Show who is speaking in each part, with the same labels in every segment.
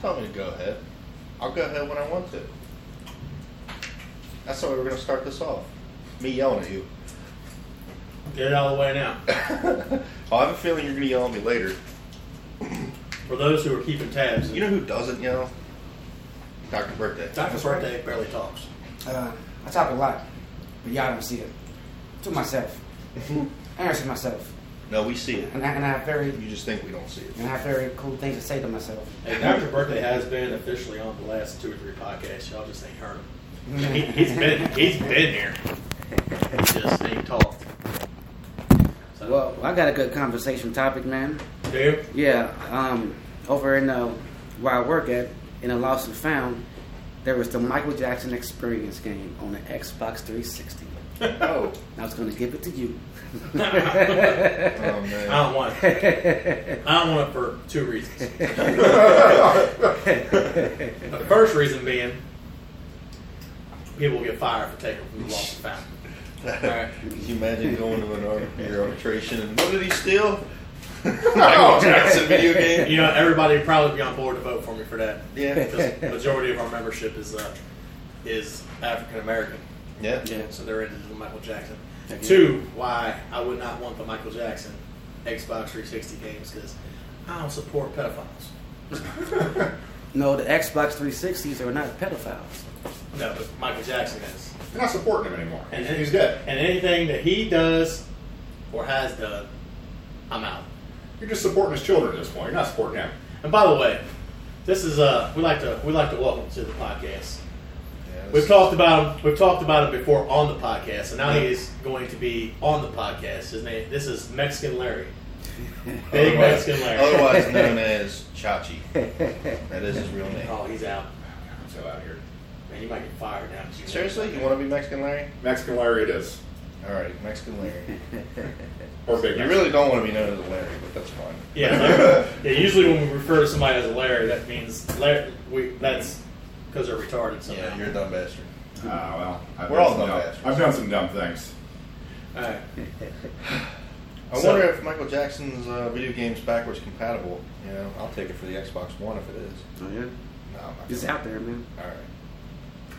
Speaker 1: tell me to go ahead. I'll go ahead when I want to. That's the way we're going to start this off. Me yelling at you.
Speaker 2: Get it out of the way now.
Speaker 1: Oh, I have a feeling you're going to yell at me later.
Speaker 2: For those who are keeping tabs,
Speaker 1: You know who doesn't yell? Dr. Birthday.
Speaker 2: Dr. Birthday barely talks.
Speaker 3: Uh, I talk a lot, but y'all don't see it. To myself. I answer myself.
Speaker 1: No, we see it.
Speaker 3: And I, and I have very
Speaker 1: You just think we don't see it.
Speaker 3: and I have very cool things to say to myself.
Speaker 2: Hey, Dr. Birthday has been officially on the last two or three podcasts. Y'all just ain't heard him. He, he's been he's been here. He just ain't talked. So,
Speaker 3: Well, I got a good conversation topic, man.
Speaker 2: do you?
Speaker 3: Yeah, um, over in uh, where I work at, in a lost and found, there was the Michael Jackson Experience game on the Xbox 360.
Speaker 1: Oh.
Speaker 3: I was going to give it to you.
Speaker 1: Oh,
Speaker 2: I
Speaker 1: man.
Speaker 2: don't want it. I don't want it for two reasons.
Speaker 3: Oh.
Speaker 2: The first reason being people will get fired for taking from the lost and found. Alright.
Speaker 1: Could you imagine going to an art- your arbitration and what did he steal? Michael Jackson video game.
Speaker 2: You know, everybody would probably be on board to vote for me for that.
Speaker 1: Yeah.
Speaker 2: Because the majority of our membership is uh, is African American,
Speaker 1: Yeah.
Speaker 3: Yeah.
Speaker 2: so they're into the Michael Jackson.
Speaker 3: Okay.
Speaker 2: Two, why I would not want the Michael Jackson Xbox 360 games because I don't support pedophiles.
Speaker 3: No, the Xbox 360s are not pedophiles.
Speaker 2: No, but Michael Jackson is,
Speaker 4: They're not supporting him anymore.
Speaker 2: and
Speaker 4: he's dead.
Speaker 2: And anything that he does or has done, I'm out.
Speaker 4: You're just supporting his children at this point. You're not supporting him.
Speaker 2: And by the way, this is uh, we like to we like to welcome to the podcast
Speaker 1: Yeah,
Speaker 2: We've talked about him. We've talked about him before on the podcast, and now he is going to be on the podcast. His name. This is Mexican Larry. Big
Speaker 1: Otherwise-
Speaker 2: Mexican Larry.
Speaker 1: Otherwise known as Chachi. That is his real name.
Speaker 2: Oh, he's out.
Speaker 4: I'm so out of here.
Speaker 2: Man, you might get fired now. 'cause you-
Speaker 1: Seriously? You want to be Mexican Larry?
Speaker 4: Mexican Larry it is.
Speaker 1: Alright, Mexican Larry.
Speaker 4: Or Big
Speaker 1: You
Speaker 4: Mexican.
Speaker 1: really don't want to be known as a Larry, but that's fine.
Speaker 2: Yeah. Larry- yeah. Usually, when we refer to somebody as a Larry, that means Larry, we. That's because they're retarded somehow.
Speaker 1: Yeah, you're a dumb bastard.
Speaker 4: Ah, well. I've
Speaker 1: We're
Speaker 4: done
Speaker 1: all
Speaker 4: some
Speaker 1: dumb
Speaker 4: dumb-
Speaker 1: bastards.
Speaker 4: I've done some dumb things.
Speaker 2: All right.
Speaker 1: I
Speaker 2: So-
Speaker 1: wonder if Michael Jackson's uh, video game's backwards compatible. You know, I'll take it for the Xbox One if it is.
Speaker 3: Oh, yeah?
Speaker 1: No, I'm not.
Speaker 3: It's out there, man.
Speaker 1: All right.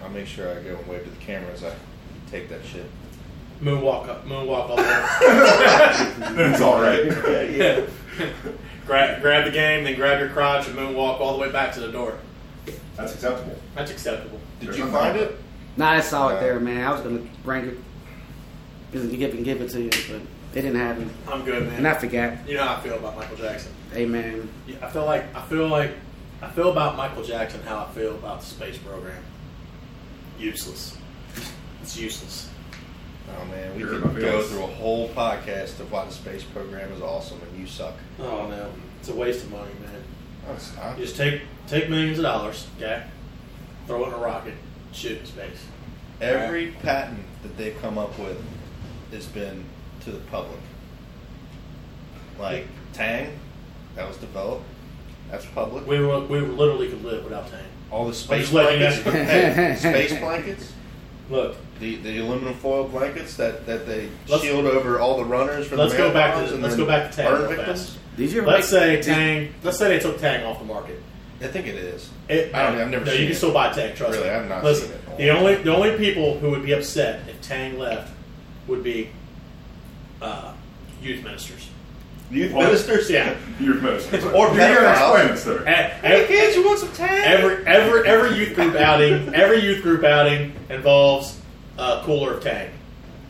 Speaker 1: I'll make sure I go and wave to the camera as I take that shit.
Speaker 2: Moonwalk up. Moonwalk all over.
Speaker 4: it's all right.
Speaker 2: yeah. grab grab the game, then grab your crotch and moonwalk all the way back to the door.
Speaker 4: That's acceptable.
Speaker 2: That's acceptable.
Speaker 1: Did
Speaker 4: There's
Speaker 1: you
Speaker 4: nothing
Speaker 1: find
Speaker 4: wrong with
Speaker 1: it?
Speaker 3: Nah, it's out
Speaker 1: Yeah.
Speaker 3: there, man. I was going to bring it, just give and give it to you, but it didn't happen.
Speaker 2: I'm good, man.
Speaker 3: And I forgot.
Speaker 2: You know how I feel about Michael Jackson.
Speaker 3: Hey, man.
Speaker 2: Yeah, I feel like I feel like I feel about Michael Jackson how I feel about the space program. Useless. It's useless.
Speaker 1: Oh man, we
Speaker 4: You're in
Speaker 1: could
Speaker 4: my
Speaker 1: go
Speaker 4: face.
Speaker 1: through a whole podcast of why the space program is awesome and you suck.
Speaker 2: Oh no, it's a waste of money, man.
Speaker 1: No, it's not.
Speaker 2: You just take take millions of dollars, okay? Throw it in a rocket, shoot in space.
Speaker 1: Every patent that they've come up with has been to the public. Like Tang, that was developed. That's public.
Speaker 2: We were, we literally could live without Tang.
Speaker 1: All the
Speaker 2: I'm
Speaker 1: space
Speaker 2: just letting you
Speaker 1: blankets.
Speaker 2: know.
Speaker 1: Hey, space blankets.
Speaker 2: Look,
Speaker 1: The, the aluminum foil blankets that, that they
Speaker 2: Let's-
Speaker 1: shield over all the runners for
Speaker 2: let's
Speaker 1: the
Speaker 2: go back
Speaker 1: marathons
Speaker 2: to
Speaker 1: and
Speaker 2: let's
Speaker 1: their
Speaker 2: go back to Tang.
Speaker 1: burn
Speaker 2: real
Speaker 1: victims.
Speaker 2: fast.
Speaker 3: Did you ever
Speaker 2: Let's say
Speaker 3: did-
Speaker 2: Tang. Let's say they took Tang off the market.
Speaker 1: I think it is.
Speaker 2: It,
Speaker 1: I don't. I've never
Speaker 2: no,
Speaker 1: seen
Speaker 2: you can
Speaker 1: it.
Speaker 2: still buy Tang. Trust
Speaker 1: Really,
Speaker 2: me.
Speaker 1: I've not
Speaker 2: Listen,
Speaker 1: seen it.
Speaker 2: the only the only people who would be upset if Tang left would be uh, youth ministers.
Speaker 1: Youth
Speaker 2: Or-
Speaker 1: ministers,
Speaker 2: yeah.
Speaker 4: You're Mexican.
Speaker 1: Or
Speaker 4: You're here to
Speaker 1: pedophiles.
Speaker 4: explain this, sir.
Speaker 2: E- e-
Speaker 1: kids, you want some tag?
Speaker 2: Every every every youth group outing, every youth group outing involves a cooler of Tang.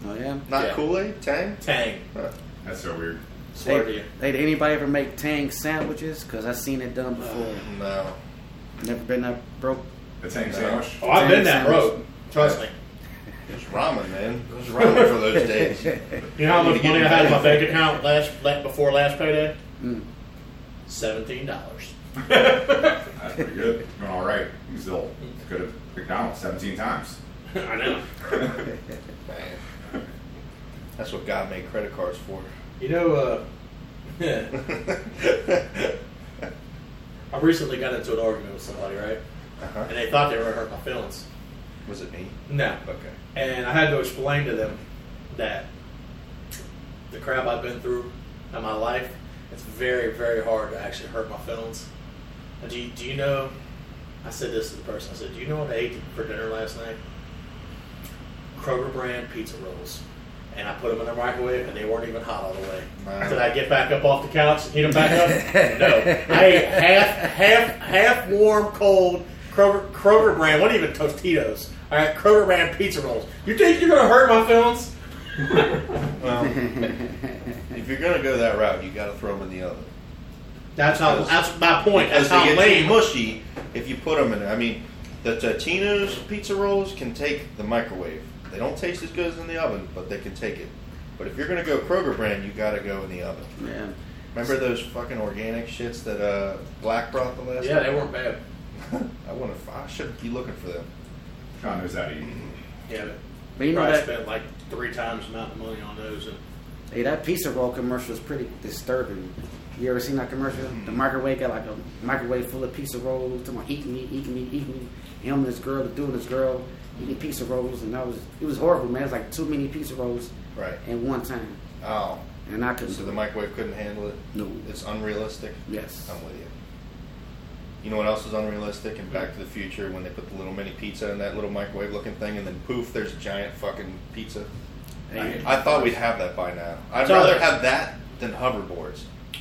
Speaker 3: Oh, yeah?
Speaker 1: Not
Speaker 2: Yeah.
Speaker 1: Kool Aid, Tang.
Speaker 2: Tang.
Speaker 1: Huh.
Speaker 4: That's so weird.
Speaker 2: Swear to
Speaker 3: Hey,
Speaker 2: you.
Speaker 3: hey, did anybody ever make Tang sandwiches? Because I've seen it done before.
Speaker 1: No.
Speaker 3: Never been up broke.
Speaker 4: The tank sandwich.
Speaker 2: Oh, I've been that
Speaker 3: Tang sandwich.
Speaker 2: road. Trust me.
Speaker 1: It was ramen, man. It was ramen for those days.
Speaker 2: You know how
Speaker 1: Need
Speaker 2: much
Speaker 1: to get
Speaker 2: money I had in
Speaker 1: back.
Speaker 2: my
Speaker 1: Hmm.
Speaker 2: bank account last la- before last payday?
Speaker 3: Mm.
Speaker 2: Seventeen dollars.
Speaker 4: That's pretty good. Doing all right. You still could have McDonald's 17 times.
Speaker 2: I know.
Speaker 1: Man. That's what God made credit cards for.
Speaker 2: You know, uh,
Speaker 1: uh-huh.
Speaker 2: I recently got into an argument with somebody, right? And they thought they were gonna hurt my feelings.
Speaker 1: Was it me?
Speaker 2: No.
Speaker 1: Okay.
Speaker 2: And I had to explain to them that the crap I've been through in my life, it's very, very hard to actually hurt my feelings. Do you, do you know? I said this to the person. I said, "Do you know what I ate for dinner last night? Kroger brand pizza rolls." And I put them in the microwave, and they weren't even hot all the way.
Speaker 1: Wow.
Speaker 2: Did I get back up off the couch and heat them back up? no, I ate half, half, half warm, cold Kroger, Kroger brand. What even Tostitos? All right, Kroger brand pizza rolls. You think you're gonna hurt my feelings?
Speaker 1: Well, if you're gonna go that route, you gotta throw them in the oven.
Speaker 2: That's how. That's my point. That's
Speaker 1: As
Speaker 2: how
Speaker 1: they get too
Speaker 2: lame.
Speaker 1: mushy, if you put them in, I mean, the Totino's pizza rolls can take the microwave. They don't taste as good as in the oven, but they can take it. But if you're gonna go Kroger brand, you gotta go in the oven.
Speaker 3: Yeah.
Speaker 1: Remember those fucking organic shits that uh, Black brought the last?
Speaker 2: Yeah,
Speaker 1: time?
Speaker 2: they weren't bad.
Speaker 1: I want to. I should be looking for them.
Speaker 4: Sean knows how to eat.
Speaker 2: Yeah,
Speaker 3: But you know
Speaker 2: probably
Speaker 3: that-
Speaker 2: spent like three times the amount of money on those. And
Speaker 3: Hey, that pizza roll commercial is pretty disturbing. You ever seen that commercial? The microwave got like a microwave full of pizza rolls. Talking about eating meat, eating meat, eating meat. Him and this girl, the dude and this girl, eating pizza rolls, and that was it was horrible, man. It was like too many pizza rolls
Speaker 1: Right.
Speaker 3: at one time,
Speaker 1: Oh,
Speaker 3: and I couldn't.
Speaker 1: so
Speaker 3: do
Speaker 1: the
Speaker 3: it.
Speaker 1: microwave couldn't handle it.
Speaker 3: No.
Speaker 1: It's unrealistic.
Speaker 3: Yes.
Speaker 1: I'm with you. You know what else is unrealistic? In Back to the Future, when they put the little mini pizza in that little microwave-looking thing, and then poof, there's a giant fucking pizza.
Speaker 3: Hey,
Speaker 1: I thought we'd have that by now. I'd
Speaker 2: So-
Speaker 1: rather have that than hoverboards.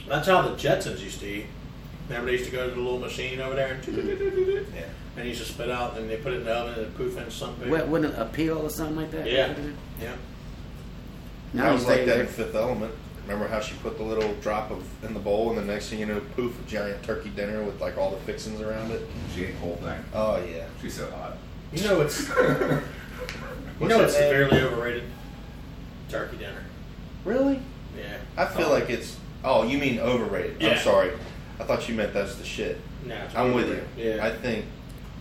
Speaker 2: that's how the Jetsons used to eat. Remember, they used to go to the little machine over there and, and
Speaker 1: Yeah.
Speaker 2: they used to spit out, and they put it in the oven and poof into something.
Speaker 3: what wouldn't appeal or something like that?
Speaker 2: Yeah, yeah.
Speaker 3: Now
Speaker 1: I
Speaker 3: you
Speaker 1: was like
Speaker 3: say
Speaker 1: that in
Speaker 3: that-
Speaker 1: Fifth Element. Remember how she put the little drop of in the bowl, and the next thing you know, poof, a giant turkey dinner with like all the fixings around it.
Speaker 4: She ate the whole thing.
Speaker 1: Oh yeah.
Speaker 4: She's so hot.
Speaker 2: You know it's you
Speaker 1: What's
Speaker 2: know
Speaker 1: that
Speaker 2: it's
Speaker 1: name?
Speaker 2: severely overrated. Turkey dinner.
Speaker 1: Really?
Speaker 2: Yeah.
Speaker 1: I feel like it's. Oh, you mean overrated? I'm
Speaker 2: Yeah.
Speaker 1: sorry. I thought you meant that's the shit.
Speaker 2: No, it's
Speaker 1: I'm with you.
Speaker 2: overrated. Yeah.
Speaker 1: I think.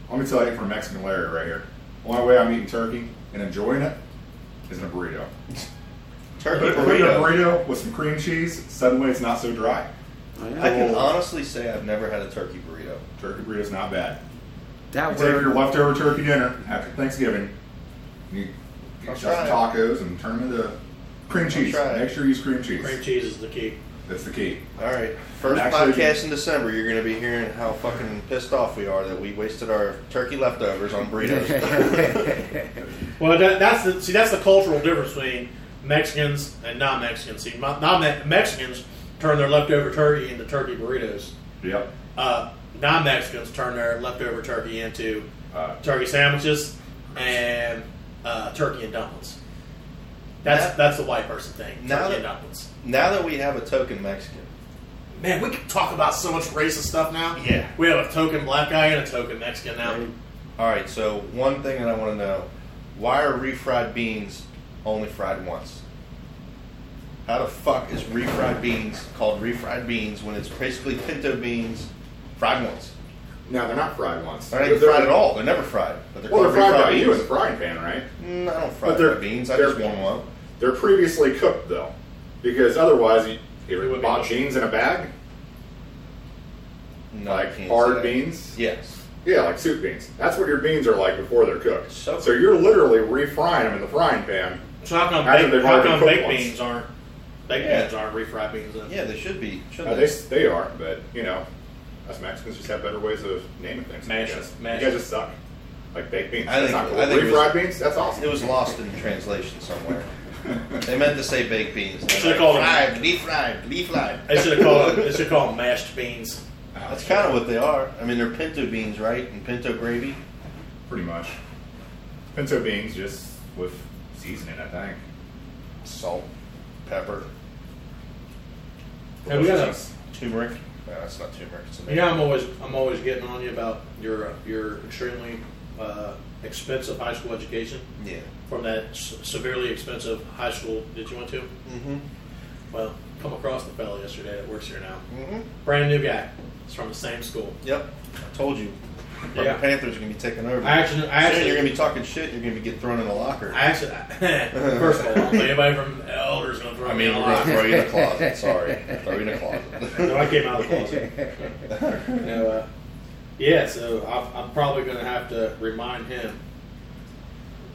Speaker 4: Let me tell you from Mexican Larry right here. Only way I'm eating turkey and enjoying it is in a burrito.
Speaker 1: Turkey
Speaker 4: Put put it in a
Speaker 1: burrito.
Speaker 4: burrito with some cream cheese. Suddenly, it's not so dry.
Speaker 3: Oh, yeah.
Speaker 1: I can honestly say I've never had a turkey burrito.
Speaker 4: Turkey burrito's not bad. You
Speaker 3: that
Speaker 4: take your
Speaker 3: word.
Speaker 4: leftover turkey dinner after Thanksgiving. You
Speaker 1: I'll
Speaker 4: get just
Speaker 1: try
Speaker 4: tacos and turn them into cream cheese.
Speaker 1: try it.
Speaker 4: Make sure you use cream cheese.
Speaker 2: Cream cheese is the key.
Speaker 4: That's the key.
Speaker 1: All right, first
Speaker 4: Actually-
Speaker 1: podcast in December, you're going to be hearing how fucking pissed off we are that we wasted our turkey leftovers on burritos.
Speaker 2: Well, that, that's the see. That's the cultural difference between Mexicans and non-Mexicans. See, non Mexicans turn their leftover turkey into turkey burritos.
Speaker 4: Yep.
Speaker 2: Uh, non-Mexicans turn their leftover turkey into
Speaker 4: Uh,
Speaker 2: turkey sandwiches and uh, turkey and dumplings. That's
Speaker 1: Now-
Speaker 2: that's the white person thing. Turkey
Speaker 1: now that-
Speaker 2: and dumplings.
Speaker 1: now that we have a token Mexican,
Speaker 2: Man, we can talk about so much racist stuff now.
Speaker 1: Yeah.
Speaker 2: we have a token black guy and a token Mexican now.
Speaker 1: all right. So one thing that I want to know: why are refried beans only fried once? How the fuck is refried beans called refried beans when it's basically pinto beans fried once?
Speaker 4: no, they're not fried ones.
Speaker 1: They're not even fried at all. They're never fried, but they're
Speaker 4: Well, they're
Speaker 1: called refried
Speaker 4: fried by you in
Speaker 1: beans.
Speaker 4: the frying pan, right?
Speaker 1: Mm, I don't fry
Speaker 4: But they're-
Speaker 1: my beans. I
Speaker 4: they're-
Speaker 1: just warm them up.
Speaker 4: They're previously cooked though, because otherwise you, you
Speaker 2: It would be
Speaker 4: would bought
Speaker 2: cooked.
Speaker 4: beans in a bag,
Speaker 1: No, I
Speaker 4: like
Speaker 1: can't say
Speaker 4: hard
Speaker 1: that.
Speaker 4: beans.
Speaker 1: Yes.
Speaker 4: Yeah, like soup beans. That's what your beans are like before they're cooked.
Speaker 1: So-
Speaker 4: So, you're literally refrying them in the frying pan.
Speaker 2: So how come,
Speaker 4: I
Speaker 2: baked,
Speaker 4: think they've
Speaker 2: how
Speaker 4: already
Speaker 2: come
Speaker 4: cooked
Speaker 2: baked
Speaker 4: once.
Speaker 2: beans aren't baked
Speaker 1: Yeah.
Speaker 2: beans aren't refried beans? Then?
Speaker 1: Yeah, they should be. Should
Speaker 4: Uh,
Speaker 1: they?
Speaker 4: they they are, but you know, us Mexicans just have better ways of naming things.
Speaker 2: Mash-
Speaker 4: you, guys,
Speaker 2: mash.
Speaker 4: you guys just suck. Like baked beans.
Speaker 1: I
Speaker 4: That's
Speaker 1: think-
Speaker 4: not cool.
Speaker 1: I think it was-
Speaker 4: refried beans. That's awesome.
Speaker 1: It was lost in translation somewhere. They meant to say baked beans.
Speaker 2: Should have called 'em-
Speaker 1: fried, leaf fried, leaf fried.
Speaker 2: They should have called they should call them mashed beans.
Speaker 1: That's kind of what they are. I mean, they're pinto beans, right? And pinto gravy.
Speaker 4: pretty much. Pinto beans just with seasoning, I think.
Speaker 1: Salt, pepper,
Speaker 2: Hey, we gotta-
Speaker 1: turmeric. No, that's not turmeric. It's
Speaker 2: You know, I'm always I'm always getting on you about your uh, your extremely uh, expensive high school education
Speaker 1: Yeah.
Speaker 2: from that s- severely expensive high school that you went to.
Speaker 1: Mm-hmm.
Speaker 2: Well, come across the fellow yesterday that works here now,
Speaker 1: Mm-hmm.
Speaker 2: brand new guy. He's from the same school.
Speaker 1: Yep. I told you. Purple
Speaker 2: Yeah.
Speaker 1: Panthers are gonna be taking over.
Speaker 2: I actually I
Speaker 1: Soon
Speaker 2: actually
Speaker 1: you're gonna be talking shit. You're gonna be getting thrown in the locker.
Speaker 2: I actually first of all, I don't think anybody from Elder's gonna throw
Speaker 1: I
Speaker 2: me
Speaker 1: mean,
Speaker 2: in a
Speaker 1: we're gonna
Speaker 2: lot.
Speaker 1: throw you in the closet. Sorry, throw you in the closet.
Speaker 2: No, I came out of the closet. You know, uh, yeah, so I'm, I'm probably going to have to remind him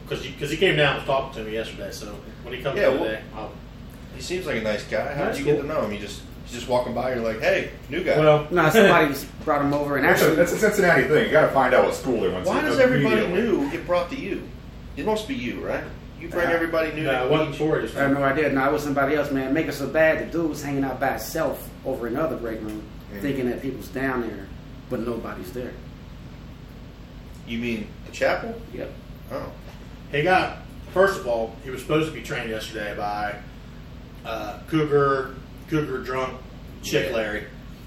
Speaker 2: because because he came down and was talking to me yesterday. So when he comes
Speaker 1: Yeah,
Speaker 2: in
Speaker 1: well-
Speaker 2: today, I'll,
Speaker 1: He seems like a nice guy. How
Speaker 2: That's
Speaker 1: did you
Speaker 2: cool.
Speaker 1: get to know him? You just You're just walking by, you're like, hey, new guy.
Speaker 2: Well,
Speaker 3: No, somebody brought him over, and
Speaker 4: That's a,
Speaker 3: actually,
Speaker 4: that's a Cincinnati thing. You got to find out what school they went to.
Speaker 1: Why does
Speaker 4: Doesn't
Speaker 1: everybody
Speaker 4: immediately-
Speaker 1: new get brought to you? It must be you, right? You bring
Speaker 3: Uh,
Speaker 1: everybody new.
Speaker 2: no, it
Speaker 1: to
Speaker 2: wasn't
Speaker 1: each-
Speaker 2: for it.
Speaker 3: I have no idea. No, it was somebody else, man. Make it so bad the dude was hanging out by himself over another break room,
Speaker 1: Mhm.
Speaker 3: thinking that people's down there, but nobody's there.
Speaker 1: You mean the chapel?
Speaker 3: Yep.
Speaker 1: Oh,
Speaker 2: He got first of all, he was supposed to be trained yesterday by uh, cougar, cougar drunk chick
Speaker 1: Yeah.
Speaker 2: Larry.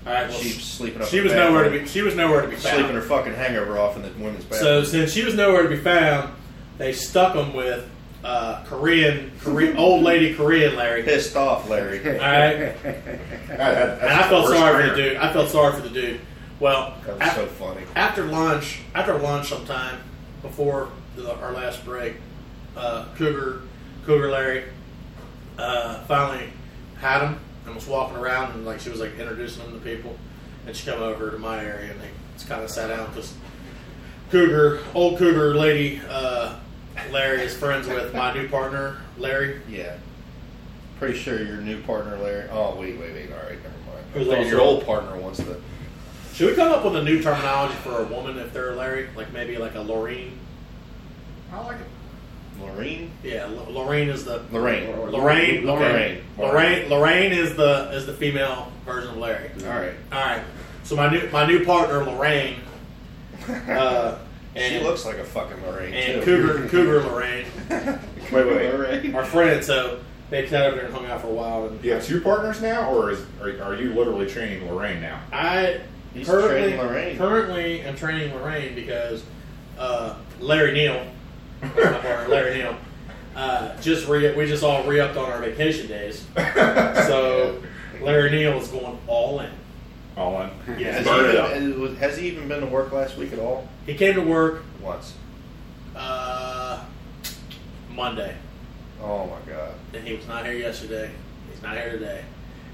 Speaker 2: All right, well,
Speaker 1: she's sleeping up.
Speaker 2: she
Speaker 1: in
Speaker 2: was
Speaker 1: the bathroom,
Speaker 2: nowhere to be. She was nowhere to be found.
Speaker 1: Sleeping her fucking hangover off in the women's
Speaker 2: So
Speaker 1: bathroom.
Speaker 2: since she was nowhere to be found, they stuck him with uh, Korean, Korean old lady Korean Larry.
Speaker 1: pissed off, Larry.
Speaker 2: All right,
Speaker 4: That- that-
Speaker 2: and
Speaker 4: that's
Speaker 2: I felt
Speaker 4: the worst
Speaker 2: sorry for the
Speaker 4: trainer.
Speaker 2: dude. I felt sorry for the dude. Well,
Speaker 1: That was
Speaker 2: af-
Speaker 1: so funny.
Speaker 2: after lunch, after lunch sometime before the, our last break, uh, Cougar, Cougar Larry, uh, finally had him and was walking around and like she was like introducing him to people, and she come over to my area and they just kind of sat down because Cougar, old Cougar lady, uh, Larry is friends with my new partner Larry,
Speaker 1: Yeah. Pretty sure your new partner, Larry. Oh, wait, wait, wait. All right, never mind.
Speaker 2: Who's
Speaker 1: Well,
Speaker 2: also-
Speaker 1: your old partner wants to.
Speaker 2: Should we come up with a new terminology for a woman if they're a Larry? Like maybe like a Lorraine?
Speaker 4: I like it.
Speaker 1: Lorraine?
Speaker 2: Yeah, L- Lorraine is the
Speaker 1: Lorraine.
Speaker 3: Lor-
Speaker 2: Lorraine.
Speaker 1: Lorraine.
Speaker 2: Lorraine. Lorraine is the is the female version of Larry.
Speaker 1: All right.
Speaker 2: All right. So my new my new partner Lorraine. Uh, and,
Speaker 1: she looks like a fucking Lorraine,
Speaker 2: and
Speaker 1: too.
Speaker 2: Cougar Cougar Lorraine
Speaker 4: Wait, wait, wait.
Speaker 1: Lorraine.
Speaker 2: are friends. So they sat over there and hung out for a while. And
Speaker 4: You have two partners now, or is, are, are you literally training Lorraine now?
Speaker 2: I
Speaker 1: He's
Speaker 2: currently
Speaker 1: training Lorraine.
Speaker 2: currently am training Lorraine because uh, Larry Neal, my partner Larry Neal, uh, just re we just all re upped on our vacation days. So Larry Neal is going all in.
Speaker 4: All in.
Speaker 2: Yeah.
Speaker 1: Has
Speaker 4: Burn it
Speaker 1: he,
Speaker 4: up.
Speaker 1: even, has he even been to work last week at all?
Speaker 2: He came to work
Speaker 1: Once.
Speaker 2: uh, Monday,
Speaker 1: Oh, my God.
Speaker 2: and he was not here yesterday. He's not here today,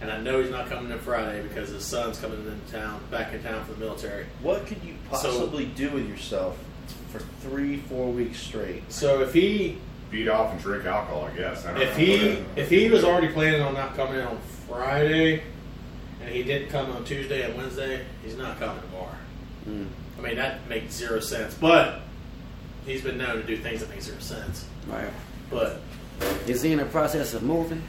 Speaker 2: and I know he's not coming in Friday because his son's coming into town, back in town for the military.
Speaker 1: What could you possibly do with yourself for three, four weeks straight?
Speaker 2: So if he
Speaker 4: Beat off and drink alcohol, I guess. I don't
Speaker 2: If
Speaker 4: know.
Speaker 2: he if he was already planning on not coming in on Friday, and he didn't come on Tuesday and Wednesday, he's not coming tomorrow.
Speaker 3: Mm.
Speaker 2: I mean that makes zero sense. But he's been known to do things that make zero sense.
Speaker 3: Wow.
Speaker 2: But
Speaker 3: Is he in the process of moving?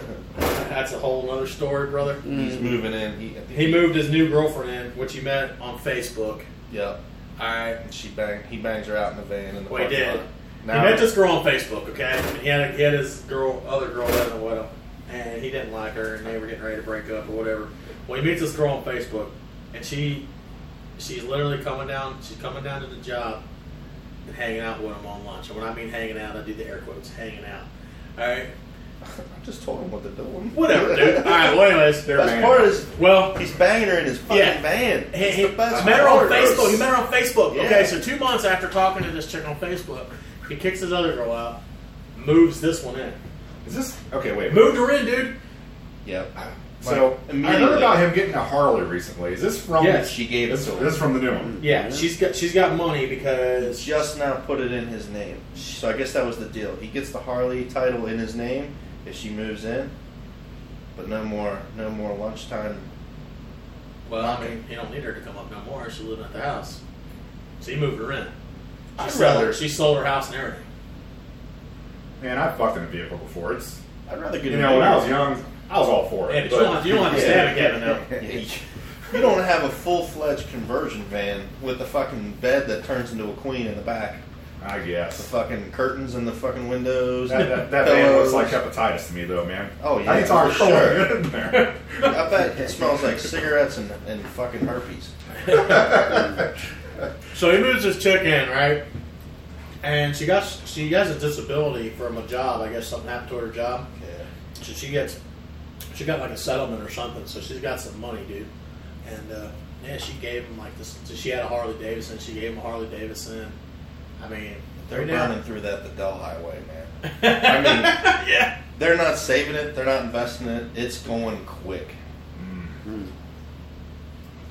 Speaker 2: that's a whole other story, brother.
Speaker 1: He's moving in. He,
Speaker 2: He moved his new girlfriend in, which he met on Facebook.
Speaker 1: Yep.
Speaker 2: All right,
Speaker 1: And she bang, he bangs her out in the van in the
Speaker 2: Well, he
Speaker 1: parking
Speaker 2: did.
Speaker 1: lot.
Speaker 2: he met this girl on Facebook. Okay, and he had he had his girl, other girl, I don't know what, else, and he didn't like her, and they were getting ready to break up or whatever. Well, he meets this girl on Facebook, and she she's literally coming down. She's coming down to the job and hanging out with him on lunch. And when I mean hanging out, I do the air quotes, hanging out. All right,
Speaker 1: I just told him what to do.
Speaker 2: whatever, dude. All right, well, anyways,
Speaker 4: They're
Speaker 1: Best
Speaker 4: man.
Speaker 1: part is
Speaker 2: well,
Speaker 1: he's banging her in his fucking
Speaker 2: Yeah.
Speaker 1: van.
Speaker 2: He,
Speaker 1: It's
Speaker 2: he
Speaker 1: the best
Speaker 2: met her on
Speaker 1: part.
Speaker 2: Facebook. He met her on Facebook.
Speaker 1: Yeah.
Speaker 2: Okay, so two months after talking to this chick on Facebook, he kicks his other girl out, moves this one in.
Speaker 4: is this okay? Wait.
Speaker 2: Moved her in, dude.
Speaker 1: Yep.
Speaker 4: So
Speaker 1: Like,
Speaker 4: I heard about him getting a Harley recently. Is this from?
Speaker 2: Yes.
Speaker 1: She gave it
Speaker 4: This,
Speaker 1: to
Speaker 4: this
Speaker 1: him.
Speaker 4: is from the new one.
Speaker 2: Yeah, she's got she's got money because
Speaker 1: Just now put it in his name. So I guess that was the deal. He gets the Harley title in his name if she moves in, but no more, no more lunchtime.
Speaker 2: well, I mean, you don't need her to come up no more. She's living at the house, so he moved her in. She
Speaker 4: I'd
Speaker 2: sold-
Speaker 4: rather-
Speaker 2: she sold her house and everything.
Speaker 4: Man, I fucked in a vehicle before. It's
Speaker 1: I'd rather get
Speaker 4: you
Speaker 1: a
Speaker 4: know
Speaker 1: new
Speaker 4: when I was
Speaker 1: one.
Speaker 4: young, I was all for
Speaker 2: Yeah,
Speaker 4: it.
Speaker 2: but you don't you don't understand it, Kevin. Though.
Speaker 1: Yeah, you- You don't have a full fledged conversion van with a fucking bed that turns into a queen in the back.
Speaker 4: I
Speaker 1: The
Speaker 4: guess.
Speaker 1: fucking curtains in the fucking windows.
Speaker 4: That, that, that man looks
Speaker 1: pillows.
Speaker 4: like hepatitis to me, though, man.
Speaker 1: Oh, yeah,
Speaker 4: I can talk
Speaker 1: for
Speaker 4: so
Speaker 1: sure.
Speaker 4: good in there.
Speaker 1: I bet it smells like cigarettes and, and fucking herpes.
Speaker 2: So he moves his chick in, right? And she got she has a disability from a job. I guess something happened to her job.
Speaker 1: Yeah.
Speaker 2: So she gets, she got like a settlement or something. So she's got some money, dude. And uh, yeah, she gave him like this. So she had a Harley Davidson. She gave him a Harley Davidson. I mean,
Speaker 1: They're
Speaker 2: right
Speaker 1: burning
Speaker 2: now,
Speaker 1: through that the Dell Highway, man. I mean,
Speaker 2: yeah.
Speaker 1: they're not saving it. They're not investing it. It's going quick.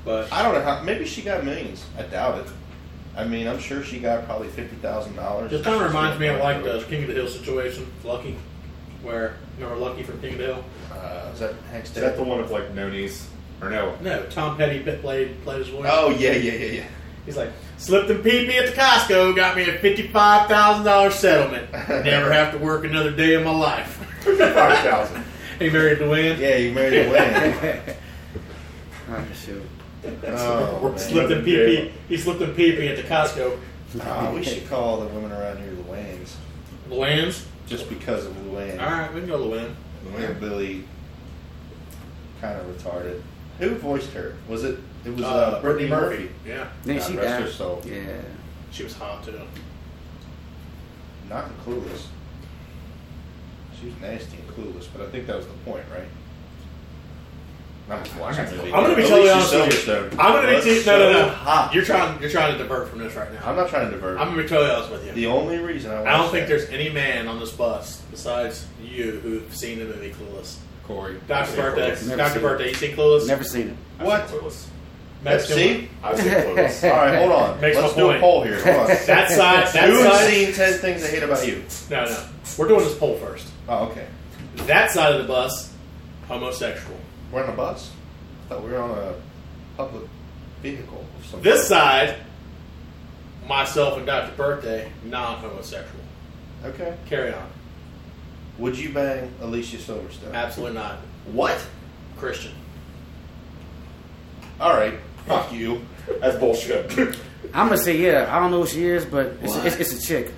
Speaker 2: But
Speaker 1: I don't know how. Maybe she got millions. I doubt it. I mean, I'm sure she got probably fifty thousand dollars.
Speaker 2: just kind of reminds me of like the King of the Hill situation, Lucky. where remember Lucky from King of the Hill?
Speaker 1: Uh, is that Hank's
Speaker 4: Is that
Speaker 1: dad?
Speaker 4: the one with like no knees or no?
Speaker 2: No, Tom Petty bit played played his voice.
Speaker 1: Oh yeah, yeah, yeah,
Speaker 2: He's like, slipped and peed me at the Costco, got me a fifty-five thousand dollar settlement. Never have to work another day in my life.
Speaker 4: Five thousand.
Speaker 2: he married
Speaker 1: yeah.
Speaker 2: Luann.
Speaker 1: Yeah, you married Wayne.
Speaker 3: Oh, shoot.
Speaker 1: oh, man.
Speaker 2: Slipped and pee pee. He slipped and pee pee at the Costco.
Speaker 1: Ah, we should call the women around here Luann's,
Speaker 2: Luann's.
Speaker 1: just because of Luann.
Speaker 2: All right, we can go Luann.
Speaker 1: Luann Billy, kind of retarded. Who voiced her? Was it? It was uh, Brittany Murphy.
Speaker 2: Yeah,
Speaker 3: Then
Speaker 1: God
Speaker 3: she
Speaker 1: rest her
Speaker 3: died.
Speaker 1: soul.
Speaker 3: Yeah.
Speaker 2: she was hot too.
Speaker 1: Not in Clueless. She was nasty and clueless, but I think that was the point, right?
Speaker 4: I'm watching that movie.
Speaker 2: I'm gonna be
Speaker 1: At
Speaker 2: totally
Speaker 1: least
Speaker 2: honest
Speaker 1: she's
Speaker 2: with you.
Speaker 1: serious, though.
Speaker 2: I'm gonna be
Speaker 1: That's
Speaker 2: te- no, no,
Speaker 1: so
Speaker 2: no.
Speaker 1: Hot.
Speaker 2: You're trying, you're trying to divert from this right now.
Speaker 1: I'm not trying to divert.
Speaker 2: I'm gonna be totally honest with you.
Speaker 1: the only reason I,
Speaker 2: I don't
Speaker 1: watched
Speaker 2: think
Speaker 1: that-
Speaker 2: there's any man on this bus besides you who've seen the movie Clueless.
Speaker 4: Corey.
Speaker 2: Dr. Birthday,
Speaker 3: Never
Speaker 2: Dr.
Speaker 3: seen
Speaker 2: Birthday, you seen Clueless?
Speaker 3: Never seen it.
Speaker 1: What?
Speaker 2: Max
Speaker 1: See?
Speaker 4: I was clueless.
Speaker 1: All right, hold on.
Speaker 2: Makes
Speaker 1: Let's
Speaker 2: my
Speaker 1: do a
Speaker 2: point.
Speaker 1: poll here. Hold on.
Speaker 2: Timberlake? That side, that
Speaker 1: Who has
Speaker 2: side.
Speaker 1: seen 10 things I hate about you?
Speaker 2: No, no. We're doing this poll first.
Speaker 1: Oh, okay.
Speaker 2: That side of the bus, homosexual.
Speaker 1: We're on a bus? I thought we were on a public vehicle or something.
Speaker 2: This side, myself and Dr. Birthday, non-homosexual.
Speaker 1: Okay.
Speaker 2: Carry on.
Speaker 1: Would you bang Alicia Silverstone?
Speaker 2: Absolutely not.
Speaker 1: What?
Speaker 2: Christian.
Speaker 1: All right. Fuck you.
Speaker 4: That's bullshit.
Speaker 3: I'm gonna say yeah. I don't know who she is, but it's,
Speaker 1: What?
Speaker 3: a, it's, it's a chick.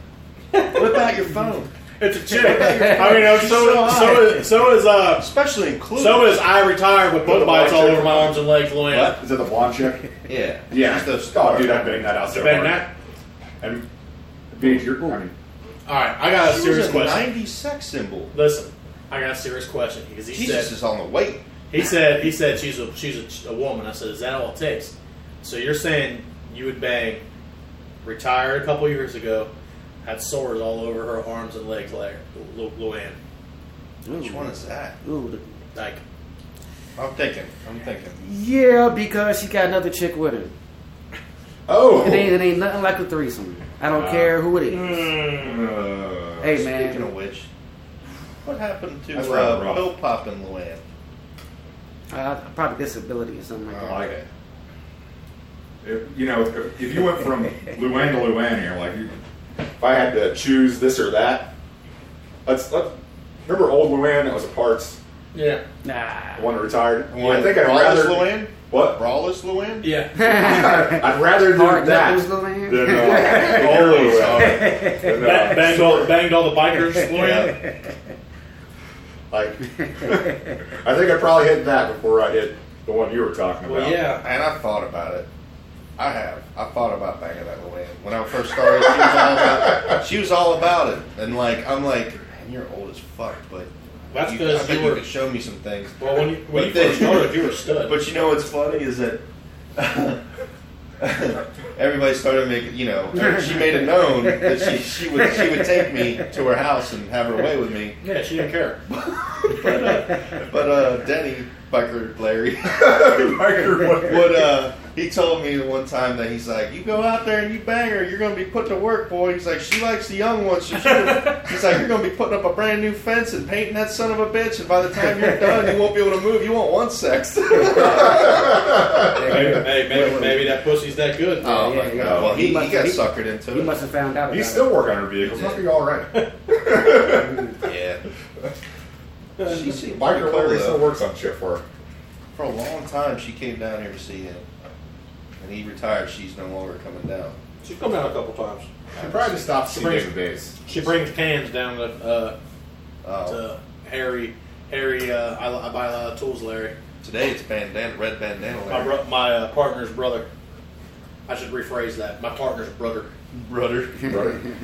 Speaker 1: What about your phone?
Speaker 2: It's a chick. I mean,
Speaker 1: So
Speaker 2: so, so,
Speaker 1: high.
Speaker 2: is, so is uh,
Speaker 1: Especially in Clueless.
Speaker 2: so is I retired with bug bites all over my arms and legs, Luann.
Speaker 1: What?
Speaker 4: Is it the blonde chick?
Speaker 1: Yeah.
Speaker 4: Yeah.
Speaker 1: She's the
Speaker 4: Oh,
Speaker 1: star.
Speaker 4: dude, I'm betting that out so
Speaker 2: Better
Speaker 4: hard.
Speaker 2: than that.
Speaker 4: And being your, I mean,
Speaker 2: All right, I got a
Speaker 1: She
Speaker 2: serious
Speaker 1: was a
Speaker 2: question.
Speaker 1: 90s sex symbol.
Speaker 2: Listen, I got a serious question because he
Speaker 1: Jesus
Speaker 2: said
Speaker 1: is on the way.
Speaker 2: he said he said she's a she's a, a woman. I said, is that all it takes? So you're saying you would bang retired a couple years ago, had sores all over her arms and legs, like Lu- Lu- Luann,
Speaker 3: Ooh.
Speaker 1: Which one is that?
Speaker 3: Ooh. the-
Speaker 2: like
Speaker 1: I'm thinking. I'm thinking.
Speaker 3: Yeah, because she got another chick with her.
Speaker 4: oh.
Speaker 3: It ain't, it ain't nothing like a threesome. I don't
Speaker 4: Ah.
Speaker 3: care who it is.
Speaker 4: Uh,
Speaker 3: Hey
Speaker 1: mm. Speaking
Speaker 3: man,
Speaker 1: of which, what happened to
Speaker 4: That's rather
Speaker 1: uh,
Speaker 4: rough.
Speaker 1: Bill Pop and Luann?
Speaker 3: uh, probably disability or something like
Speaker 4: I
Speaker 3: that.
Speaker 1: Uh,
Speaker 4: like it. If, you know, if, if you went from Luann to Luann here, like, you, if I had to choose this or that, let's let remember old Luann that was a parts,
Speaker 2: yeah,
Speaker 4: the
Speaker 3: Nah.
Speaker 4: one that retired.
Speaker 1: One-
Speaker 4: I think I'd
Speaker 1: Brawlers
Speaker 4: rather
Speaker 1: Luann?
Speaker 4: what?
Speaker 1: Brawless Luann?
Speaker 2: yeah.
Speaker 4: I'd rather do
Speaker 3: Hard
Speaker 4: that
Speaker 3: knuckles, Luann.
Speaker 4: than uh, old Luann. Than,
Speaker 2: Ba-
Speaker 4: uh,
Speaker 2: banged all banged all the bikers, Luann.
Speaker 1: Yeah.
Speaker 4: like, I think I probably hit that before I hit the one you were talking about.
Speaker 2: Well, yeah.
Speaker 1: And I thought about it. I have. I thought about banging that Luann. When I first started, she was all about, she was all about it. And like, I'm like, man, you're old as fuck, but
Speaker 2: That's
Speaker 1: you,
Speaker 2: 'cause
Speaker 1: I bet
Speaker 2: you
Speaker 1: you
Speaker 2: were-
Speaker 1: could show me some things.
Speaker 2: Well, when you, when
Speaker 1: But
Speaker 2: you
Speaker 1: then-
Speaker 2: first started, you were a stud.
Speaker 1: But you know what's funny is that everybody started making, you know, she made it known that she, she would she would take me to her house and have her way with me.
Speaker 2: yeah, she didn't care.
Speaker 1: But uh, but uh, Denny Biker Larry
Speaker 4: Microwave.
Speaker 1: would uh, he told me one time that he's like, you go out there and you bang her, you're gonna be put to work, boy. He's like, she likes the young ones. So she'll-" he's like, you're gonna be putting up a brand new fence and painting that son of a bitch, and by the time you're done, you won't be able to move. You won't want sex.
Speaker 2: Hey, hey, maybe, maybe that pussy's that good.
Speaker 1: Oh
Speaker 3: Yeah,
Speaker 1: my
Speaker 3: yeah.
Speaker 1: god! Well, he,
Speaker 3: He
Speaker 1: he,
Speaker 3: must-
Speaker 1: got
Speaker 3: he-
Speaker 1: suckered into
Speaker 3: You
Speaker 1: it.
Speaker 3: must have found out.
Speaker 4: He's
Speaker 3: about
Speaker 4: still working on her vehicles. Must be all right.
Speaker 1: yeah. she seemed pretty cool
Speaker 4: Microwave still
Speaker 1: though.
Speaker 4: works on shit for her.
Speaker 1: For a long time, she came down here to see him, and he retired. She's no longer coming down.
Speaker 2: She's come down a couple times.
Speaker 4: She probably just stopped
Speaker 2: She
Speaker 4: seeing
Speaker 2: brings-
Speaker 4: the days.
Speaker 2: She brings cans down to, uh,
Speaker 1: Uh,
Speaker 2: to Harry. Harry, uh, I, li- I buy a lot of tools, Larry.
Speaker 1: today it's bandana, red bandana.
Speaker 2: My,
Speaker 1: Larry.
Speaker 2: bro- my uh, partner's brother. I should rephrase that. My partner's brother.
Speaker 1: brother.